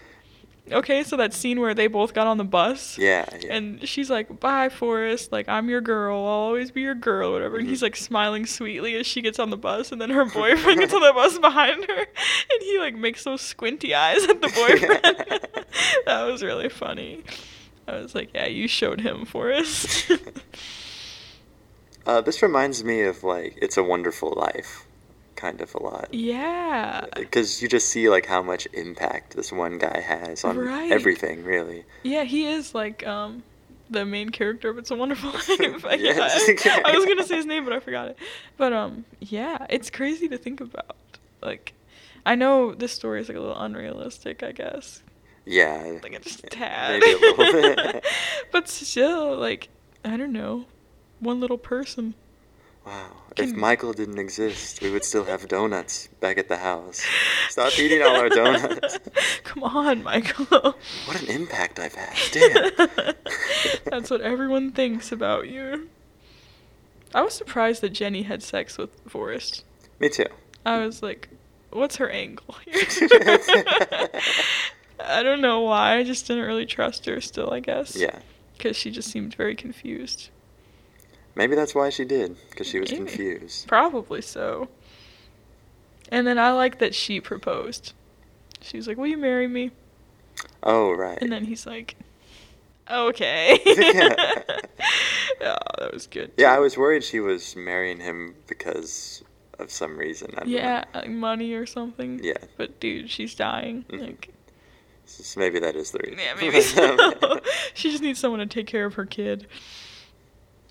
Speaker 2: Okay, so that scene where they both got on the bus.
Speaker 1: Yeah, yeah.
Speaker 2: And she's like, "Bye, Forrest. Like I'm your girl. I'll always be your girl, or whatever." And
Speaker 1: Mhm.
Speaker 2: he's like smiling sweetly as she gets on the bus, and then her boyfriend gets on the bus behind her, and he like makes those squinty eyes at the boyfriend. that was really funny. I was like, "Yeah, you showed him, Forrest."
Speaker 1: Uh, this reminds me of like It's a Wonderful Life, kind of a lot.
Speaker 2: yeah.
Speaker 1: Because you just see like how much impact this one guy has on
Speaker 2: Right.
Speaker 1: everything, really.
Speaker 2: Yeah, he is like um the main character of It's a Wonderful Life. I-
Speaker 1: Yes.
Speaker 2: I, I was gonna say his name, but I forgot it. But um, yeah, it's crazy to think about. Like, I know this story is like a little unrealistic, I guess.
Speaker 1: Yeah.
Speaker 2: Like, it's just a
Speaker 1: Yeah,
Speaker 2: tad.
Speaker 1: Maybe a little bit.
Speaker 2: but still, like, I don't know, one little person.
Speaker 1: wow. If
Speaker 2: Can-
Speaker 1: Michael didn't exist, we would still have donuts back at the house. Stop eating all our donuts.
Speaker 2: Come on, Michael.
Speaker 1: What an impact I've had. Damn.
Speaker 2: That's what everyone thinks about you. I was surprised that Jenny had sex with Forrest.
Speaker 1: Me too.
Speaker 2: I was like, what's her angle here? I don't know why. I just didn't really trust her still, I guess.
Speaker 1: Yeah.
Speaker 2: Because she just seemed very confused.
Speaker 1: Maybe that's why she did, because she was
Speaker 2: Maybe.
Speaker 1: confused.
Speaker 2: Probably so. And then I like that she proposed. She was like, will you marry me?
Speaker 1: Oh, right.
Speaker 2: And then he's like, okay.
Speaker 1: Yeah.
Speaker 2: Oh, that was good.
Speaker 1: yeah,
Speaker 2: too.
Speaker 1: I was worried she was marrying him because of some reason. I don't know.
Speaker 2: Yeah, like money or something.
Speaker 1: Yeah.
Speaker 2: But dude, she's dying.
Speaker 1: Mhm.
Speaker 2: Like,
Speaker 1: S- Maybe that is the reason. um,
Speaker 2: yeah, maybe so. she just needs someone to take care of her kid.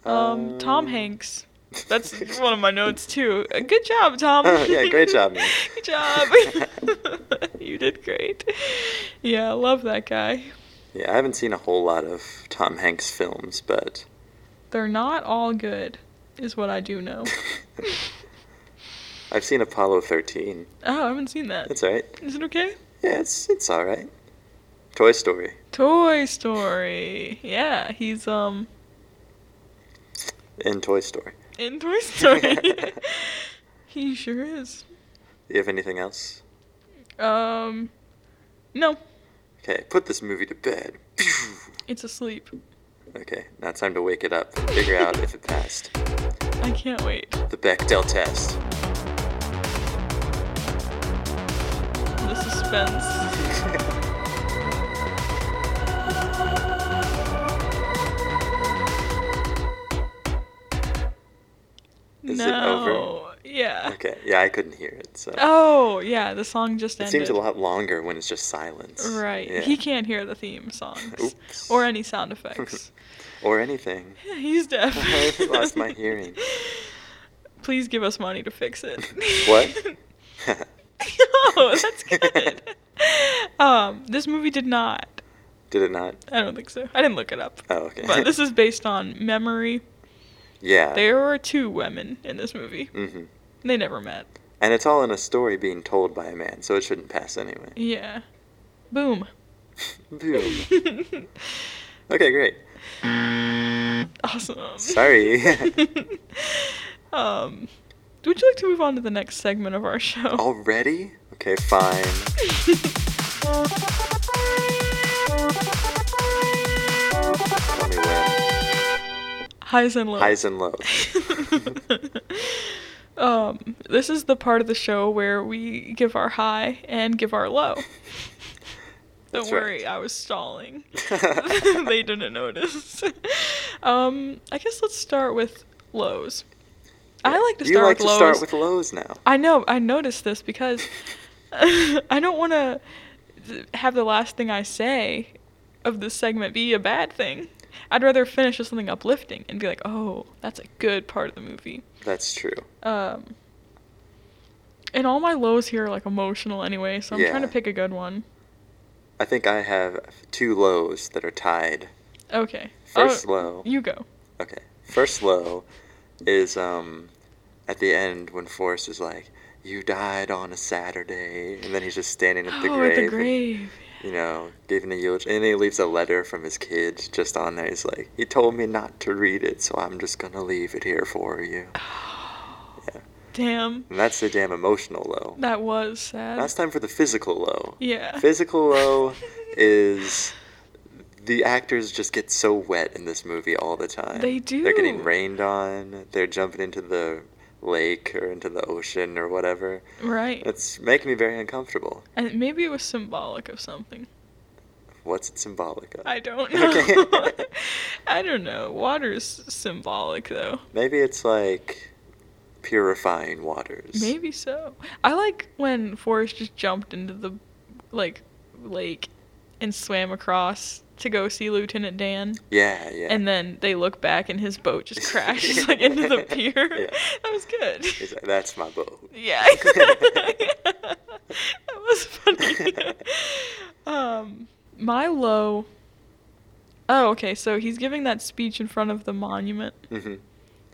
Speaker 2: Um, Tom Hanks. That's one of my notes too. Uh, Good job, Tom.
Speaker 1: Oh, Yeah, great job, man.
Speaker 2: Good job. you did great. Yeah, I love that guy.
Speaker 1: Yeah, I haven't seen a whole lot of Tom Hanks films, but
Speaker 2: They're not all good, is what I do know.
Speaker 1: I've seen Apollo 13.
Speaker 2: Oh, I haven't seen that.
Speaker 1: That's all right.
Speaker 2: Is it okay?
Speaker 1: Yeah, it's it's all right. Toy Story.
Speaker 2: Toy Story. Yeah, he's um
Speaker 1: In Toy Story.
Speaker 2: in Toy Story. he sure is.
Speaker 1: Do you have anything else?
Speaker 2: Um, no,
Speaker 1: Okay, put this movie to bed.
Speaker 2: it's asleep.
Speaker 1: Okay, now it's time to wake it up. Figure out if it passed
Speaker 2: I can't wait.
Speaker 1: the Bechdel test.
Speaker 2: The suspense.
Speaker 1: Is it over?
Speaker 2: no. Yeah.
Speaker 1: Okay, yeah, I couldn't hear it, so
Speaker 2: Oh, yeah, the song just
Speaker 1: it
Speaker 2: ended.
Speaker 1: seems a lot longer when it's just silence.
Speaker 2: Right.
Speaker 1: Yeah.
Speaker 2: He can't hear the theme songs
Speaker 1: Oops.
Speaker 2: or any sound effects.
Speaker 1: or anything.
Speaker 2: Yeah, He's deaf.
Speaker 1: I lost my hearing.
Speaker 2: Please give us money to fix it.
Speaker 1: What?
Speaker 2: oh, that's good. um, this movie did not.
Speaker 1: Did it not?
Speaker 2: I don't think so. I didn't look it up.
Speaker 1: Oh, okay.
Speaker 2: But this is based on memory.
Speaker 1: yeah.
Speaker 2: There were two women in this movie.
Speaker 1: hmm
Speaker 2: They never met.
Speaker 1: And it's all in a story being told by a man, so it shouldn't pass anyway.
Speaker 2: Yeah. Boom.
Speaker 1: Boom. Okay, great.
Speaker 2: awesome.
Speaker 1: Sorry.
Speaker 2: um, would you like to move on to the next segment of our show?
Speaker 1: Already? Okay, fine. Tell me when.
Speaker 2: Highs and lows.
Speaker 1: Highs and lows.
Speaker 2: um, this is the part of the show where we give our high and give our low. Don't
Speaker 1: That's right.
Speaker 2: worry, I was stalling. they didn't notice. um, I guess let's start with lows. I like to
Speaker 1: you
Speaker 2: start
Speaker 1: like to
Speaker 2: with lows.
Speaker 1: start with lows now.
Speaker 2: I know. I noticed this because I don't want to have the last thing I say of this segment be a bad thing. I'd rather finish with something uplifting and be like, "Oh, that's a good part of the movie."
Speaker 1: That's true.
Speaker 2: Um, and all my lows here are like emotional anyway, so I'm trying to
Speaker 1: Yeah.
Speaker 2: pick a good one.
Speaker 1: I think I have two lows that are tied.
Speaker 2: Okay.
Speaker 1: First
Speaker 2: Oh,
Speaker 1: low.
Speaker 2: You go.
Speaker 1: Okay. First low is um at the end when Forrest is like, "You died on a Saturday," and then he's just standing at the
Speaker 2: oh,
Speaker 1: grave,
Speaker 2: at the
Speaker 1: and,
Speaker 2: grave.
Speaker 1: you know, giving a eulogy, and then he leaves a letter from his kids just on there. He's like, "He told me not to read it, so I'm just gonna leave it here for you." Yeah,
Speaker 2: Damn.
Speaker 1: and that's the damn emotional low.
Speaker 2: That was sad.
Speaker 1: Now it's time for the physical low.
Speaker 2: yeah.
Speaker 1: Physical low is the actors just get so wet in this movie all the time.
Speaker 2: They
Speaker 1: They're getting
Speaker 2: do.
Speaker 1: rained on. They're jumping into the lake or into the ocean or whatever.
Speaker 2: Right.
Speaker 1: It's making me very uncomfortable.
Speaker 2: and maybe it was symbolic of something.
Speaker 1: What's it symbolic of?
Speaker 2: I don't know.
Speaker 1: Okay.
Speaker 2: I don't know. Water is symbolic, though.
Speaker 1: Maybe it's like purifying waters.
Speaker 2: Maybe so. I like when Forrest just jumped into the like lake and swam across to go see Lieutenant Dan,
Speaker 1: Yeah, yeah.
Speaker 2: and then they look back and his boat just crashes like into the pier.
Speaker 1: Yeah.
Speaker 2: That was good.
Speaker 1: He's like, That's my boat.
Speaker 2: Yeah. that was funny. um, Milo. Oh, okay. So he's giving that speech in front of the monument.
Speaker 1: hmm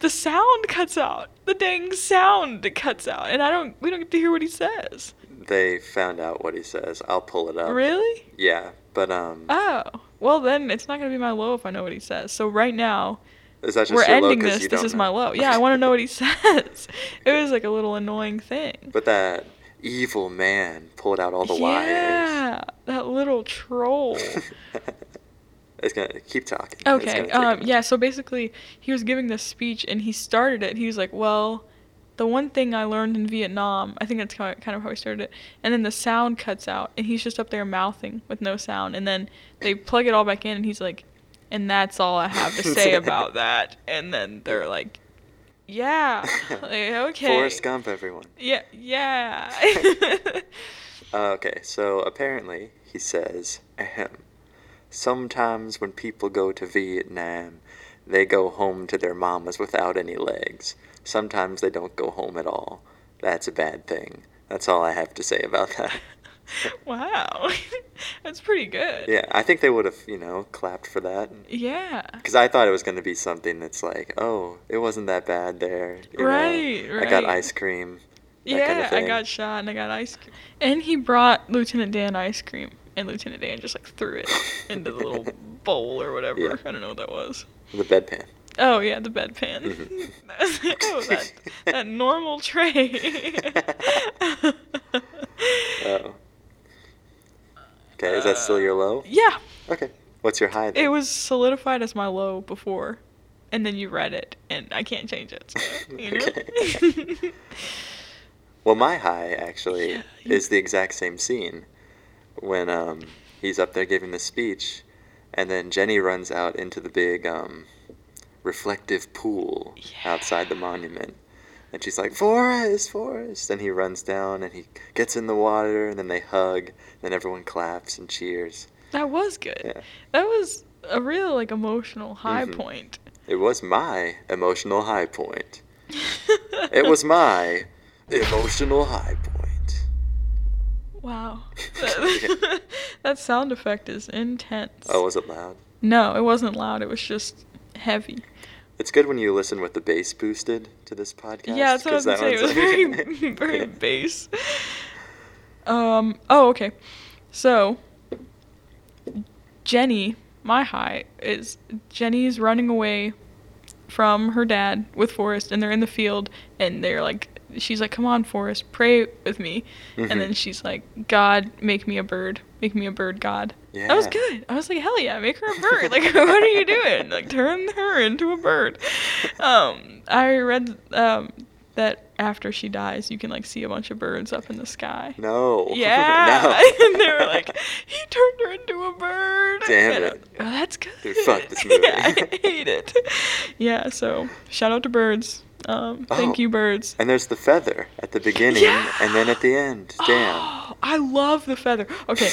Speaker 2: The sound cuts out. The dang sound cuts out, and I don't. We don't get to hear what he says.
Speaker 1: They found out what he says. I'll pull it up.
Speaker 2: Really?
Speaker 1: Yeah, but um,
Speaker 2: Oh. Well, then it's not gonna be my low if I know what he says. So right now
Speaker 1: is that just
Speaker 2: we're
Speaker 1: your low
Speaker 2: ending
Speaker 1: 'cause
Speaker 2: this.
Speaker 1: you
Speaker 2: This
Speaker 1: don't
Speaker 2: is my
Speaker 1: know?
Speaker 2: low. Yeah, I want to know what he says. It was like a little annoying thing.
Speaker 1: But that evil man pulled out all the wires.
Speaker 2: yeah, that little troll.
Speaker 1: it's gonna keep talking. It's
Speaker 2: Okay.
Speaker 1: gonna take a
Speaker 2: Um,
Speaker 1: minute.
Speaker 2: yeah. So basically, he was giving this speech, and he started it. He was like, "Well, the one thing I learned in Vietnam, I think that's kind of- kind of how he started it." And then the sound cuts out, and he's just up there mouthing with no sound. And then they plug it all back in, and he's like, "And that's all I have to say about that." And then they're like, "Yeah, Like, okay."
Speaker 1: Forrest Gump, everyone.
Speaker 2: Yeah, yeah.
Speaker 1: Uh, okay, so apparently he says, ahem. Sometimes when people go to Vietnam, they go home to their mamas without any legs. Sometimes they don't go home at all. That's a bad thing. That's all I have to say about that.
Speaker 2: wow, that's pretty good.
Speaker 1: Yeah, I think they would have, you know, clapped for that.
Speaker 2: Yeah.
Speaker 1: Because I thought it was going to be something that's like, oh, it wasn't that bad there. you know,
Speaker 2: Right,
Speaker 1: I got
Speaker 2: right.
Speaker 1: ice cream. that
Speaker 2: Yeah,
Speaker 1: kind of
Speaker 2: I
Speaker 1: thing.
Speaker 2: got shot and I got ice cream. And he brought Lieutenant Dan ice cream, and Lieutenant Dan just like threw it into the little bowl or whatever.
Speaker 1: Yeah.
Speaker 2: I don't know what that was.
Speaker 1: The bedpan.
Speaker 2: Oh yeah, the bedpan.
Speaker 1: Mhm.
Speaker 2: That was- oh, that, that normal tray.
Speaker 1: Oh. Okay, is that still your low?
Speaker 2: Uh, yeah,
Speaker 1: Okay. What's your high? Then?
Speaker 2: it was solidified as my low before, and then you read it, and I can't change it. So, you know?
Speaker 1: Okay. Well, my high actually
Speaker 2: Yeah, you-
Speaker 1: is the exact same scene when um, he's up there giving the speech, and then Jenny runs out into the big um, reflective pool outside the monument. And she's like, Forrest, Forrest. And he runs down and he gets in the water, and then they hug, then everyone claps and cheers.
Speaker 2: that was good.
Speaker 1: Yeah.
Speaker 2: That was a real like emotional high
Speaker 1: Mhm.
Speaker 2: point.
Speaker 1: It was my emotional high point. It was my emotional high point.
Speaker 2: Wow. That, that sound effect is intense.
Speaker 1: Oh, was it loud?
Speaker 2: No, it wasn't loud. It was just heavy.
Speaker 1: It's good when you listen with the bass boosted to this podcast.
Speaker 2: yeah, that's what I was
Speaker 1: 'cause
Speaker 2: gonna say. It was
Speaker 1: that one's-
Speaker 2: very, very bass. Um. Oh, okay. So, Jenny, my high is Jenny's running away from her dad with Forrest, and they're in the field, and they're like, she's like, "Come on, Forrest, pray with me,"
Speaker 1: Mhm.
Speaker 2: and then she's like, "God, make me a bird, make me a bird, God." That was
Speaker 1: Yeah.
Speaker 2: good. I was like, "Hell yeah, make her a bird!" like, what are you doing? Like, turn her into a bird. Um, I read um that after she dies, you can like see a bunch of birds up in the sky.
Speaker 1: No.
Speaker 2: Yeah,
Speaker 1: no.
Speaker 2: and they were like, "He turned her into a bird."
Speaker 1: Damn
Speaker 2: And I-
Speaker 1: it.
Speaker 2: Oh, that's good.
Speaker 1: Dude, fuck this movie.
Speaker 2: yeah, I hate it. Yeah, so shout out to birds. Um, thank
Speaker 1: Oh.
Speaker 2: you, birds.
Speaker 1: And there's the feather at the beginning
Speaker 2: Yeah.
Speaker 1: and then at the end. Damn.
Speaker 2: Oh, I love the feather. Okay.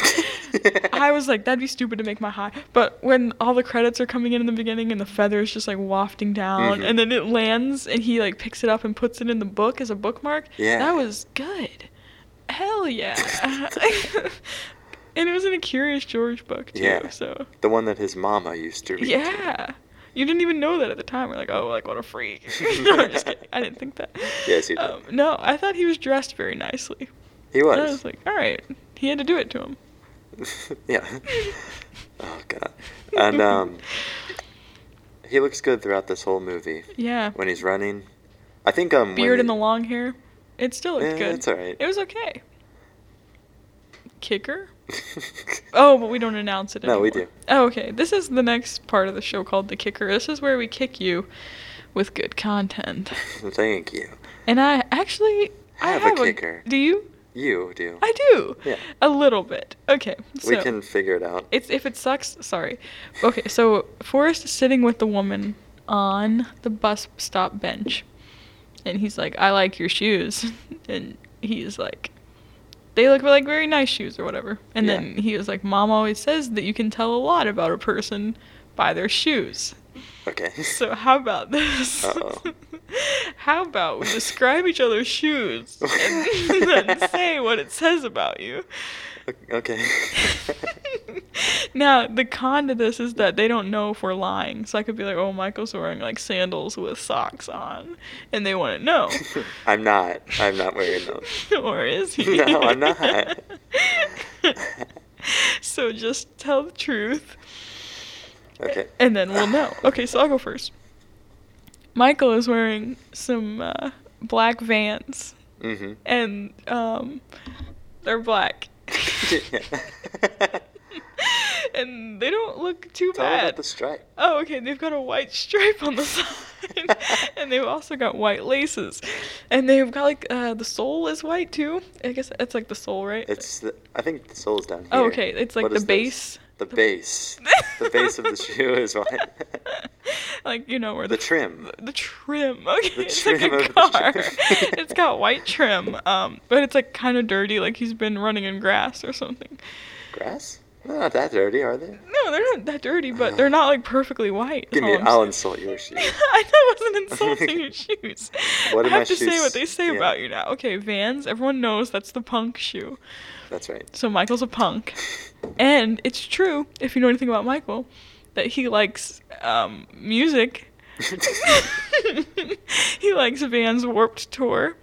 Speaker 2: I was like, that'd be stupid to make my high. But when all the credits are coming in in the beginning and the feather is just like wafting down
Speaker 1: Mhm.
Speaker 2: and then it lands and he like picks it up and puts it in the book as a bookmark.
Speaker 1: Yeah.
Speaker 2: That was good. Hell yeah. And it was in a Curious George book too.
Speaker 1: Yeah.
Speaker 2: So
Speaker 1: The one that his mama used to read. to him.
Speaker 2: yeah, you didn't even know that at the time. We're like, oh, like what a freak. no, I'm just kidding. I didn't think that.
Speaker 1: Yes, you did.
Speaker 2: Um, no, I thought he was dressed very nicely.
Speaker 1: He
Speaker 2: And I
Speaker 1: was.
Speaker 2: was like, all right, he had to do it to him.
Speaker 1: yeah. Oh god. And um he looks good throughout this whole movie.
Speaker 2: Yeah.
Speaker 1: When he's running. I think um when
Speaker 2: Beard and
Speaker 1: he-
Speaker 2: the long hair. It still looked
Speaker 1: Eh,
Speaker 2: good.
Speaker 1: it's all right.
Speaker 2: It was okay. Kicker? Oh, but we don't announce it
Speaker 1: No,
Speaker 2: anymore.
Speaker 1: we do.
Speaker 2: Oh, okay. This is the next part of the show called The Kicker. This is where we kick you with good content.
Speaker 1: Thank you.
Speaker 2: And I actually I
Speaker 1: Have a
Speaker 2: have
Speaker 1: kicker.
Speaker 2: do you?
Speaker 1: You do.
Speaker 2: I do.
Speaker 1: Yeah.
Speaker 2: A little bit. Okay. So
Speaker 1: we can figure it out.
Speaker 2: it's if it sucks, sorry. Okay, so Forrest is sitting with the woman on the bus stop bench. And he's like, I like your shoes. And he's like, they look like very nice shoes or whatever. And
Speaker 1: Yeah.
Speaker 2: then he was like, Mom always says that you can tell a lot about a person by their shoes.
Speaker 1: Okay.
Speaker 2: So how about this?
Speaker 1: Uh-oh.
Speaker 2: how about we describe each other's shoes and then say what it says about you?
Speaker 1: okay.
Speaker 2: now the con to this is that they don't know if we're lying so i could be like oh michael's wearing like sandals with socks on and they want to know
Speaker 1: I'm not. I'm not wearing those.
Speaker 2: or is he
Speaker 1: No, I'm not.
Speaker 2: so just tell the truth
Speaker 1: Okay.
Speaker 2: and then we'll know okay so i'll go first michael is wearing some uh, black vans
Speaker 1: Mm-hmm.
Speaker 2: and um, they're black and they don't look too
Speaker 1: Tell him
Speaker 2: bad
Speaker 1: about the stripe.
Speaker 2: Oh, okay. They've got a white stripe on the side, and they've also got white laces, and they've got like uh, the sole is white too. I guess that's like the sole, right?
Speaker 1: It's. The, I think the sole's down here.
Speaker 2: oh, okay. It's like
Speaker 1: What
Speaker 2: the
Speaker 1: is this?
Speaker 2: base,
Speaker 1: The base. the base of the shoe is white.
Speaker 2: like you know where
Speaker 1: the
Speaker 2: the
Speaker 1: trim.
Speaker 2: the trim. Okay, it's
Speaker 1: trim
Speaker 2: like
Speaker 1: of
Speaker 2: a
Speaker 1: the
Speaker 2: car.
Speaker 1: trim.
Speaker 2: it's got white trim, um, but it's like kind of dirty, like he's been running in grass or something.
Speaker 1: Grass? They're not that dirty, are they?
Speaker 2: No, they're not that dirty, but they're not like perfectly white. is
Speaker 1: Give me.
Speaker 2: all I'm
Speaker 1: I'll
Speaker 2: saying.
Speaker 1: insult your shoe.
Speaker 2: I know it wasn't insulting your shoes.
Speaker 1: What
Speaker 2: I
Speaker 1: are my
Speaker 2: have to say
Speaker 1: shoes?
Speaker 2: what they say
Speaker 1: Yeah.
Speaker 2: about you now. Okay, Vans, everyone knows that's the punk shoe.
Speaker 1: That's right.
Speaker 2: So Michael's a punk. And it's true, if you know anything about Michael, that he likes um, music. he likes Vans Warped Tour.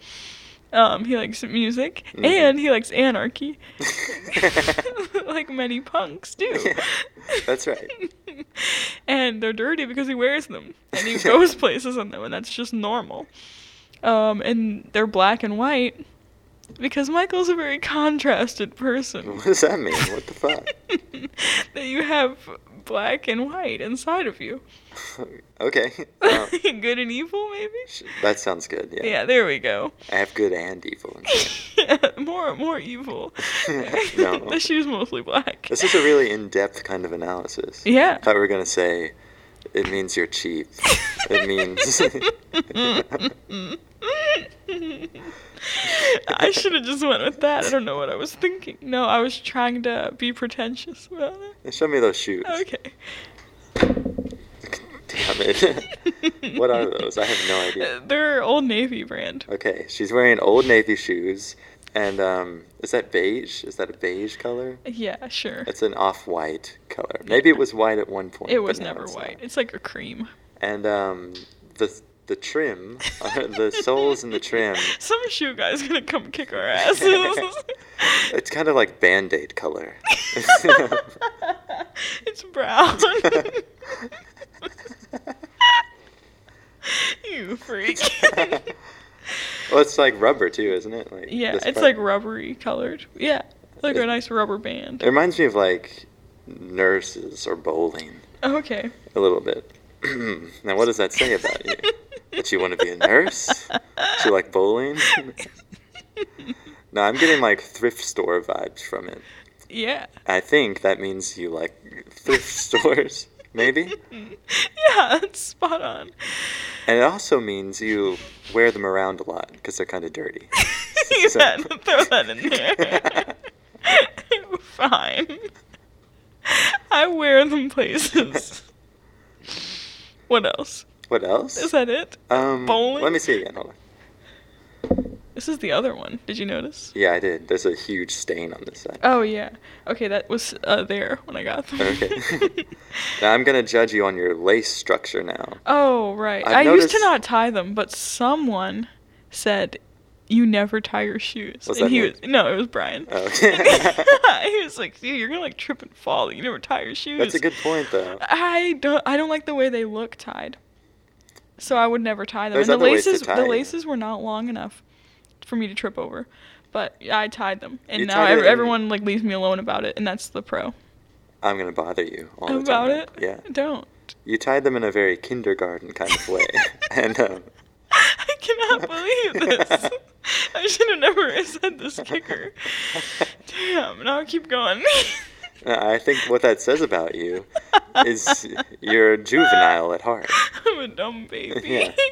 Speaker 2: Um, he likes music.
Speaker 1: Mhm.
Speaker 2: And he likes anarchy, like many punks do.
Speaker 1: Yeah, that's right.
Speaker 2: and they're dirty because he wears them and he goes places in them, and that's just normal. Um, and they're black and white because Michael's a very contrasted person.
Speaker 1: what does that mean? Oh, What the fuck?
Speaker 2: that you have black and white inside of you,
Speaker 1: okay. Um,
Speaker 2: good and evil, maybe.
Speaker 1: sh- that sounds good. Yeah.
Speaker 2: Yeah, there we go.
Speaker 1: I have good and evil. in me.
Speaker 2: more, more evil.
Speaker 1: No.
Speaker 2: the shoe's mostly black.
Speaker 1: This is a really in-depth kind of analysis.
Speaker 2: yeah.
Speaker 1: I thought we were gonna say, it means you're cheap. it means.
Speaker 2: I should have just went with that. I don't know what I was thinking. No, I was trying to be pretentious about it.
Speaker 1: Show me those shoes.
Speaker 2: Okay.
Speaker 1: Damn it. what are those? I have no idea.
Speaker 2: Uh, They're Old Navy brand.
Speaker 1: Okay, she's wearing old navy shoes, and um, is that beige? Is that a beige color?
Speaker 2: Yeah, sure.
Speaker 1: It's an off-white color. Maybe it was white at one point.
Speaker 2: It
Speaker 1: but
Speaker 2: was
Speaker 1: now
Speaker 2: never
Speaker 1: it's
Speaker 2: white.
Speaker 1: not.
Speaker 2: It's like a cream.
Speaker 1: And um, the the trim, uh, the soles and the trim,
Speaker 2: Some shoe guy's gonna come kick our asses.
Speaker 1: it's kind of like Band-Aid color.
Speaker 2: it's brown. you freak.
Speaker 1: well, it's like rubber too, isn't it? Like
Speaker 2: yeah,
Speaker 1: this
Speaker 2: it's
Speaker 1: part-
Speaker 2: like rubbery colored. Yeah, like a
Speaker 1: It-
Speaker 2: nice rubber band.
Speaker 1: It reminds me of like nurses or bowling
Speaker 2: Oh, Okay.
Speaker 1: a little bit. now, what does that say about you? That you want to be a nurse? Do you like bowling? no, I'm getting like thrift store vibes from it.
Speaker 2: Yeah.
Speaker 1: I think that means you like thrift stores, maybe?
Speaker 2: Yeah, that's spot on.
Speaker 1: And it also means you wear them around a lot because they're kind of dirty.
Speaker 2: you
Speaker 1: So-
Speaker 2: had to throw that in there. Fine. I wear them places. What else?
Speaker 1: What else?
Speaker 2: Is that it?
Speaker 1: um,
Speaker 2: bowling?
Speaker 1: Let me see again. Hold on.
Speaker 2: This is the other one. Did you notice?
Speaker 1: Yeah, I did. There's a huge stain on this side.
Speaker 2: Oh yeah. Okay, that was uh, there when I got them.
Speaker 1: Okay. Now I'm gonna judge you on your lace structure now.
Speaker 2: oh right.
Speaker 1: I've
Speaker 2: i used
Speaker 1: noticed-
Speaker 2: to not tie them, but someone said you never tie your shoes.
Speaker 1: What's
Speaker 2: and
Speaker 1: that
Speaker 2: he
Speaker 1: mean?
Speaker 2: was no, it was Brian.
Speaker 1: Oh.
Speaker 2: he was like, dude, you're gonna like trip and fall. that You never tie your shoes.
Speaker 1: That's a good point though.
Speaker 2: I don't I don't like the way they look tied. So I would never tie them.
Speaker 1: There's
Speaker 2: and the
Speaker 1: other ways to
Speaker 2: laces
Speaker 1: tie
Speaker 2: the
Speaker 1: them.
Speaker 2: laces were not long enough for me to trip over. But I tied them. And
Speaker 1: You
Speaker 2: now
Speaker 1: tied it
Speaker 2: ev-
Speaker 1: and-
Speaker 2: everyone like leaves me alone about it and that's the pro.
Speaker 1: I'm gonna bother you all the
Speaker 2: about
Speaker 1: time.
Speaker 2: it?
Speaker 1: Yeah.
Speaker 2: Don't.
Speaker 1: You tied them in a very kindergarten kind of way, and um,
Speaker 2: I cannot believe this. I should have never said this kicker. Damn, now I keep going.
Speaker 1: Uh, I think what that says about you is you're juvenile at heart.
Speaker 2: I'm a dumb baby.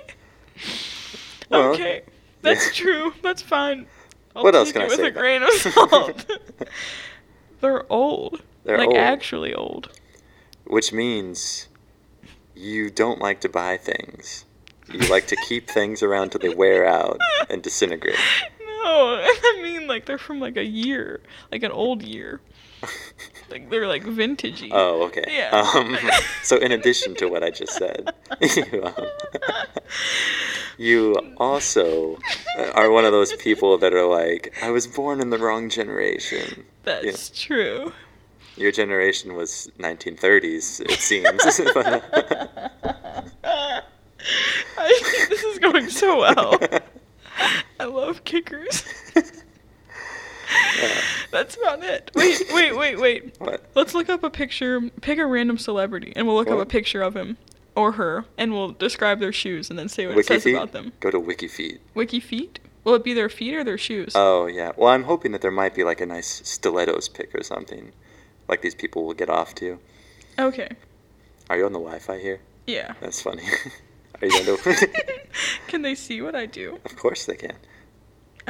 Speaker 1: Well,
Speaker 2: okay. That's true. That's fine. I'll
Speaker 1: What else can
Speaker 2: take it
Speaker 1: I
Speaker 2: with
Speaker 1: say
Speaker 2: a
Speaker 1: about-
Speaker 2: grain of salt. They're old.
Speaker 1: They're
Speaker 2: like
Speaker 1: old.
Speaker 2: actually old.
Speaker 1: Which means you don't like to buy things. You like to keep things around till they wear out and disintegrate.
Speaker 2: No, I mean like they're from like a year, like an old year. Like they're like vintagey.
Speaker 1: Oh, okay.
Speaker 2: Yeah.
Speaker 1: Um, so, in addition to what I just said, you, um, you also are one of those people that are like, I was born in the wrong generation.
Speaker 2: That's true.
Speaker 1: Your generation was 1930s, it seems. But,
Speaker 2: I, this is going so well.
Speaker 1: uh,
Speaker 2: I love kickers. That's about it. Wait, wait, wait, wait.
Speaker 1: what?
Speaker 2: Let's look up a picture, pick a random celebrity, and we'll look up
Speaker 1: Cool.
Speaker 2: a picture of him or her, and we'll describe their shoes and then say what it says
Speaker 1: Wikifeet?
Speaker 2: about them.
Speaker 1: Go to Wikifeet.
Speaker 2: Wiki feet? Will it be their feet or their shoes?
Speaker 1: Oh yeah. Well, I'm hoping that there might be like a nice stilettos pick or something, like these people will get off to.
Speaker 2: okay.
Speaker 1: Are you on the Wi-Fi here?
Speaker 2: Yeah.
Speaker 1: That's funny. Are you going to?
Speaker 2: can they see what I do?
Speaker 1: of course they can.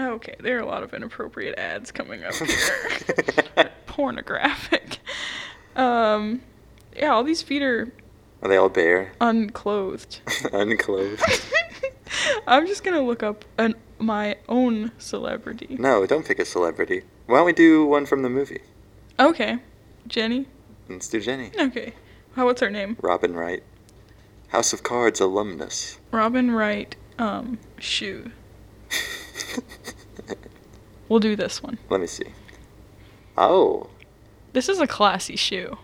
Speaker 2: Oh, okay, there are a lot of inappropriate ads coming up here. Pornographic. Um, yeah, all these feet are
Speaker 1: Are they all bare,
Speaker 2: unclothed.
Speaker 1: unclothed?
Speaker 2: I'm just gonna look up an, my own celebrity.
Speaker 1: No, don't pick a celebrity. Why don't we do one from the movie?
Speaker 2: Okay, Jenny.
Speaker 1: Let's do Jenny.
Speaker 2: Okay, how what's her name?
Speaker 1: Robin Wright, House of Cards alumnus.
Speaker 2: Robin Wright. Um, shoe. We'll do this one.
Speaker 1: Let me see. Oh,
Speaker 2: This is a classy shoe.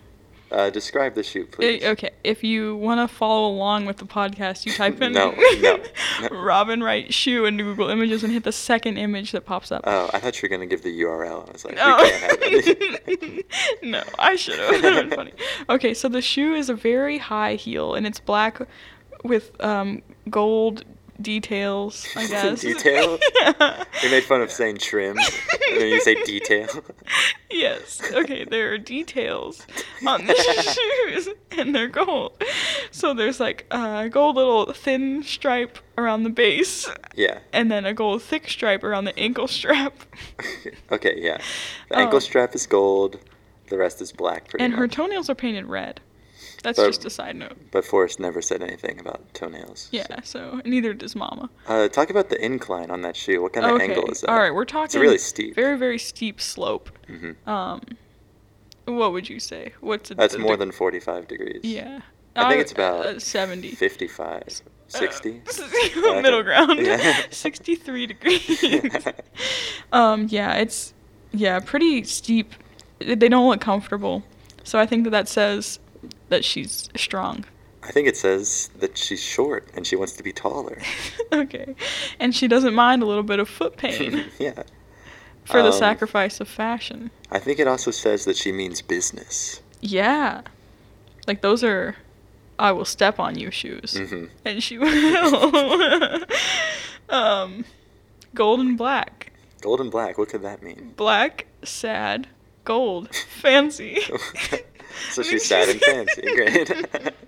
Speaker 1: uh, describe the shoot, please.
Speaker 2: Eh, okay, if you want to follow along with the podcast, you type in
Speaker 1: No, no, no.
Speaker 2: Robin Wright shoe into Google Images and hit the second image that pops up.
Speaker 1: Oh, I thought you were gonna give the URL. I was like,
Speaker 2: No.
Speaker 1: we can't have it.
Speaker 2: no, I should have. That would funny. Okay, so the shoe is a very high heel, and it's black with um, gold details, I guess.
Speaker 1: Detail?
Speaker 2: yeah.
Speaker 1: They made fun of saying trim, and then you say detail.
Speaker 2: Yes. Okay, there are details on the shoes, and they're gold. So there's like a gold little thin stripe around the base,
Speaker 1: Yeah.
Speaker 2: and then a gold thick stripe around the ankle strap.
Speaker 1: Okay, yeah. The
Speaker 2: Oh.
Speaker 1: ankle strap is gold. The rest is black, pretty
Speaker 2: And her
Speaker 1: much.
Speaker 2: toenails are painted red. That's
Speaker 1: But-
Speaker 2: just a side note.
Speaker 1: but Forrest never said anything about toenails.
Speaker 2: Yeah, so neither does mama.
Speaker 1: Uh, talk about the incline on that shoe. What kind of angle is that?
Speaker 2: All right, we're talking
Speaker 1: really steep.
Speaker 2: Very, very steep slope.
Speaker 1: Mhm.
Speaker 2: Um what would you say? What's it?
Speaker 1: That's more than 45 degrees.
Speaker 2: Yeah.
Speaker 1: I think it's about
Speaker 2: uh, 70.
Speaker 1: 55, 60.
Speaker 2: Uh, middle ground.
Speaker 1: Yeah.
Speaker 2: 63 degrees. um, yeah, it's yeah, pretty steep. They they don't look comfortable. So I think that that says that she's strong.
Speaker 1: I think it says that she's short and she wants to be taller.
Speaker 2: okay. And she doesn't mind a little bit of foot pain
Speaker 1: yeah.
Speaker 2: for the
Speaker 1: Um,
Speaker 2: sacrifice of fashion.
Speaker 1: I think it also says that she means business.
Speaker 2: Yeah. Like those are I will step on you shoes.
Speaker 1: hmm
Speaker 2: And she will. um gold and black.
Speaker 1: Gold and black, what could that mean?
Speaker 2: Black, sad, gold, fancy.
Speaker 1: so
Speaker 2: I think
Speaker 1: she's sad and fancy. Great.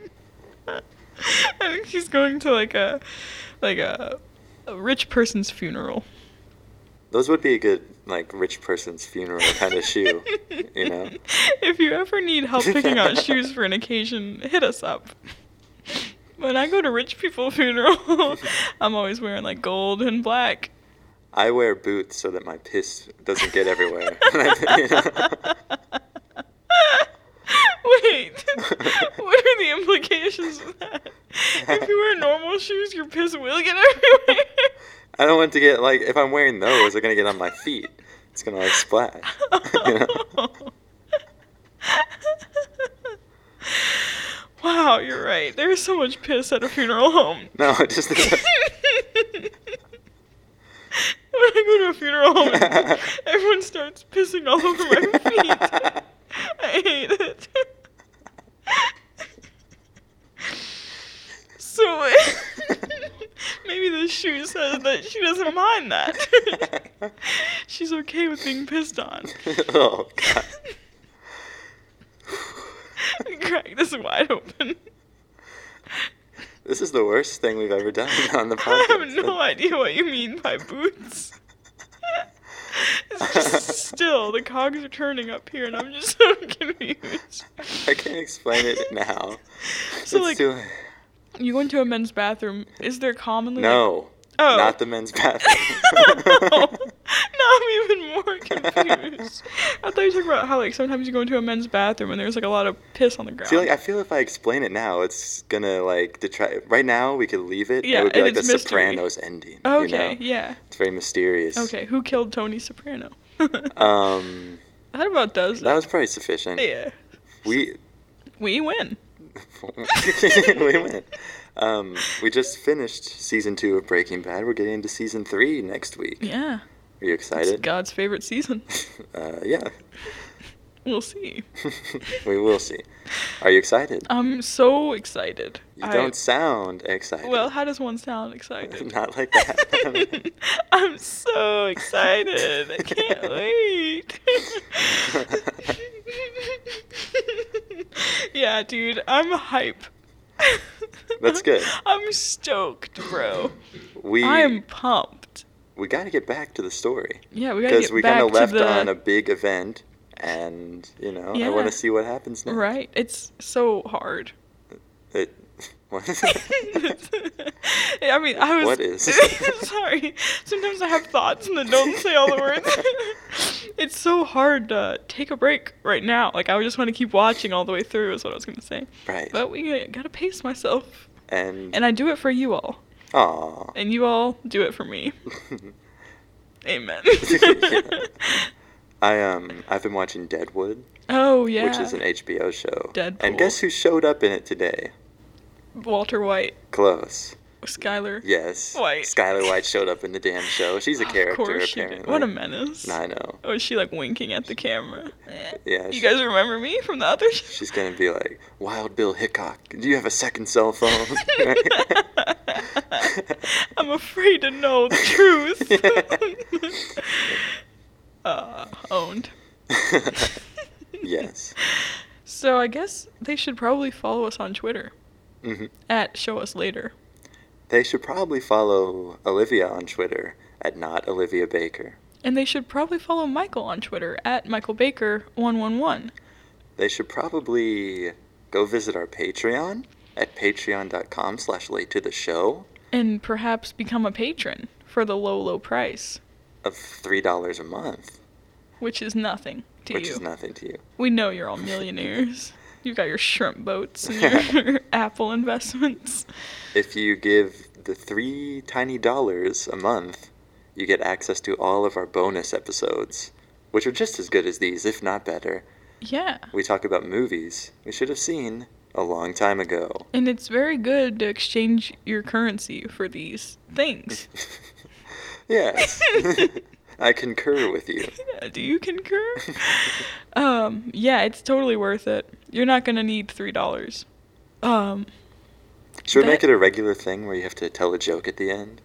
Speaker 2: I think she's going to like a like a, a rich person's funeral.
Speaker 1: Those would be a good like rich person's funeral kind of shoe, you know.
Speaker 2: If you ever need help picking out shoes for an occasion, hit us up. When I go to rich people funeral, I'm always wearing like gold and black.
Speaker 1: I wear boots so that my piss doesn't get everywhere.
Speaker 2: Wait, what are the implications of that? If you wear normal shoes, your piss will get everywhere.
Speaker 1: I don't want to get like if I'm wearing those, they're gonna get on my feet. It's gonna like splash. you know?
Speaker 2: wow, you're right. There's so much piss at a funeral home.
Speaker 1: No, it just
Speaker 2: when I go to a funeral home, and everyone starts pissing all over my feet. I hate it. so maybe the shoe says that she doesn't mind that. She's okay with being pissed on.
Speaker 1: oh god.
Speaker 2: Crack this wide open.
Speaker 1: This is the worst thing we've ever done on the
Speaker 2: I
Speaker 1: podcast.
Speaker 2: have no idea what you mean by boots. It's just still, the cogs are turning up here, and I'm just so confused.
Speaker 1: I can't explain it now.
Speaker 2: So,
Speaker 1: it's
Speaker 2: like-
Speaker 1: too
Speaker 2: You go into a men's bathroom. Is there commonly
Speaker 1: No.
Speaker 2: Oh.
Speaker 1: Not the men's bathroom.
Speaker 2: no. Now I'm even more confused. I thought you were talking about how like sometimes you go into a men's bathroom and there's like a lot of piss on the ground.
Speaker 1: I feel like I feel if I explain it now, it's gonna like detract. Right now, we could leave it.
Speaker 2: Yeah,
Speaker 1: it would be
Speaker 2: and
Speaker 1: like the
Speaker 2: it's mystery.
Speaker 1: Sopranos ending. you
Speaker 2: okay,
Speaker 1: know?
Speaker 2: yeah.
Speaker 1: it's very mysterious.
Speaker 2: Okay, who killed Tony Soprano?
Speaker 1: Um,
Speaker 2: that about does
Speaker 1: that
Speaker 2: it.
Speaker 1: was probably sufficient.
Speaker 2: Yeah.
Speaker 1: We
Speaker 2: We win.
Speaker 1: we went. Um, we just finished season two of Breaking Bad. We're getting into season three next week.
Speaker 2: Yeah.
Speaker 1: Are you
Speaker 2: It's
Speaker 1: excited?
Speaker 2: God's favorite season.
Speaker 1: Uh, yeah,
Speaker 2: We'll see.
Speaker 1: we will see. Are you excited?
Speaker 2: I'm so excited.
Speaker 1: You
Speaker 2: Uh, I-
Speaker 1: don't sound excited.
Speaker 2: well, how does one sound excited?
Speaker 1: not like that.
Speaker 2: I'm so excited. I can't wait. yeah, dude, I'm hype.
Speaker 1: That's good.
Speaker 2: I'm stoked, bro.
Speaker 1: we
Speaker 2: I'm pumped.
Speaker 1: we got to get back to the story.
Speaker 2: Yeah, we gotta
Speaker 1: because
Speaker 2: get
Speaker 1: we
Speaker 2: back
Speaker 1: kind of left
Speaker 2: to the
Speaker 1: on a big event, and you know, I want
Speaker 2: Yeah.
Speaker 1: to see what happens next.
Speaker 2: right. It's so hard.
Speaker 1: It, what is
Speaker 2: I mean, I was.
Speaker 1: What is-
Speaker 2: sorry. Sometimes I have thoughts and then don't say all the words. it's so hard to take a break right now. Like I just want to keep watching all the way through. Is what I was gonna say.
Speaker 1: right.
Speaker 2: But we gotta pace myself,
Speaker 1: and
Speaker 2: and I do it for you all,
Speaker 1: aw,
Speaker 2: and you all do it for me. Amen.
Speaker 1: I um, I've been watching Deadwood,
Speaker 2: Oh yeah.
Speaker 1: which is an HBO show. And
Speaker 2: Deadpool.
Speaker 1: guess who showed up in it today?
Speaker 2: Walter White,
Speaker 1: Close.
Speaker 2: Skyler.
Speaker 1: Yes.
Speaker 2: White.
Speaker 1: Skylar White showed up in the damn show. She's a character
Speaker 2: Of course she
Speaker 1: apparently.
Speaker 2: did. What a menace.
Speaker 1: I know.
Speaker 2: Oh, is she like winking at the camera?
Speaker 1: Yeah.
Speaker 2: You
Speaker 1: she-
Speaker 2: guys remember me from the other show?
Speaker 1: She's gonna be like, Wild Bill Hickok, do you have a second cell phone?
Speaker 2: I'm afraid to know the truth. uh, owned.
Speaker 1: yes.
Speaker 2: So I guess they should probably follow us on Twitter
Speaker 1: hmm
Speaker 2: at Show Us Later.
Speaker 1: They should probably follow Olivia on Twitter at not Olivia Baker.
Speaker 2: And they should probably follow Michael on Twitter at Michael Baker 111.
Speaker 1: They should probably go visit our Patreon at patreon.com slash late to the show
Speaker 2: And perhaps become a patron for the low, low price,
Speaker 1: of $3 a month,
Speaker 2: which is nothing to
Speaker 1: which
Speaker 2: you.
Speaker 1: is nothing to you.
Speaker 2: We know you're all millionaires. You've got your shrimp boats and your Apple investments.
Speaker 1: If you give the three tiny dollars a month, you get access to all of our bonus episodes, which are just as good as these, if not better.
Speaker 2: Yeah.
Speaker 1: We talk about movies we should have seen a long time ago.
Speaker 2: And it's very good to exchange your currency for these things.
Speaker 1: Yes, I concur with you.
Speaker 2: Yeah, do you concur? um, yeah, it's totally worth it. You're not gonna need three dollars. Um,
Speaker 1: Should we
Speaker 2: But-
Speaker 1: make it a regular thing where you have to tell a joke at the end?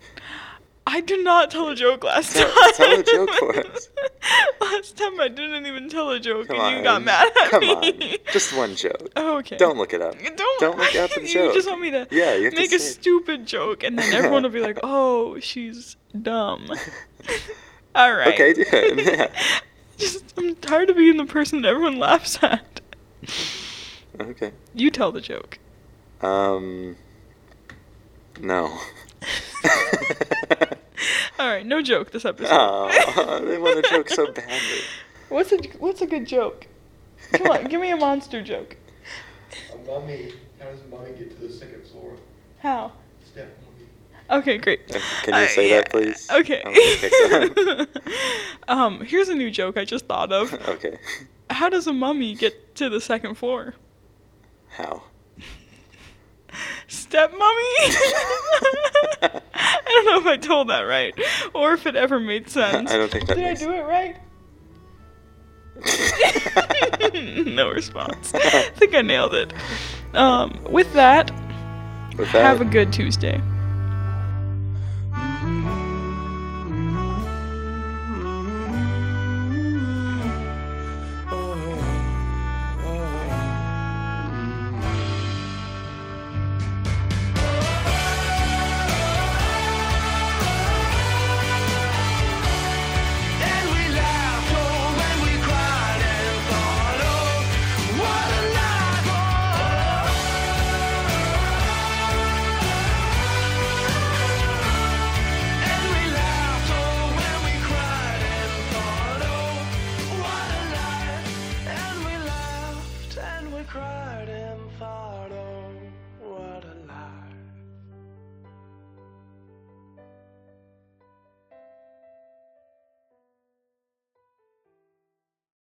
Speaker 2: I did not tell a joke last
Speaker 1: Tell-
Speaker 2: time.
Speaker 1: tell a joke for us.
Speaker 2: last time I didn't even tell a joke
Speaker 1: Come
Speaker 2: and
Speaker 1: on.
Speaker 2: you got mad at
Speaker 1: Come
Speaker 2: me.
Speaker 1: on. Just one joke.
Speaker 2: Okay.
Speaker 1: Don't look it up.
Speaker 2: Don't,
Speaker 1: Don't look up the
Speaker 2: you
Speaker 1: joke.
Speaker 2: just want me to
Speaker 1: Yeah, you have to
Speaker 2: make a
Speaker 1: say it.
Speaker 2: stupid joke, and then everyone will be like, "Oh, she's dumb." All right.
Speaker 1: Okay, do it. Yeah.
Speaker 2: just I'm tired of being the person that everyone laughs at.
Speaker 1: Okay.
Speaker 2: You tell the joke.
Speaker 1: Um. No.
Speaker 2: All right, no joke this episode.
Speaker 1: Oh, they want a joke so badly.
Speaker 2: What's a what's a good joke? Come on, give me a monster joke.
Speaker 3: A mummy. How does a mummy get to the second floor?
Speaker 2: How?
Speaker 3: Step mummy.
Speaker 2: Okay, great. Uh,
Speaker 1: Can you say that, please?
Speaker 2: Okay.
Speaker 1: I'm gonna pick
Speaker 2: um, here's a new joke I just thought of.
Speaker 1: that. okay.
Speaker 2: How does a mummy get to the second floor?
Speaker 1: How?
Speaker 2: Step mummy. I don't know if I told that right, or if it ever made sense.
Speaker 1: I don't think that
Speaker 2: Did
Speaker 1: makes-
Speaker 2: I do it right? no response. I think I nailed it. Um, with that,
Speaker 1: With that,
Speaker 2: have a good Tuesday.
Speaker 4: And we laughed, oh, and we cried and thought, oh, what a oh. life was. And we laughed, oh, and we cried and thought, oh, what a life. And we laughed, and we cried and thought, oh, what a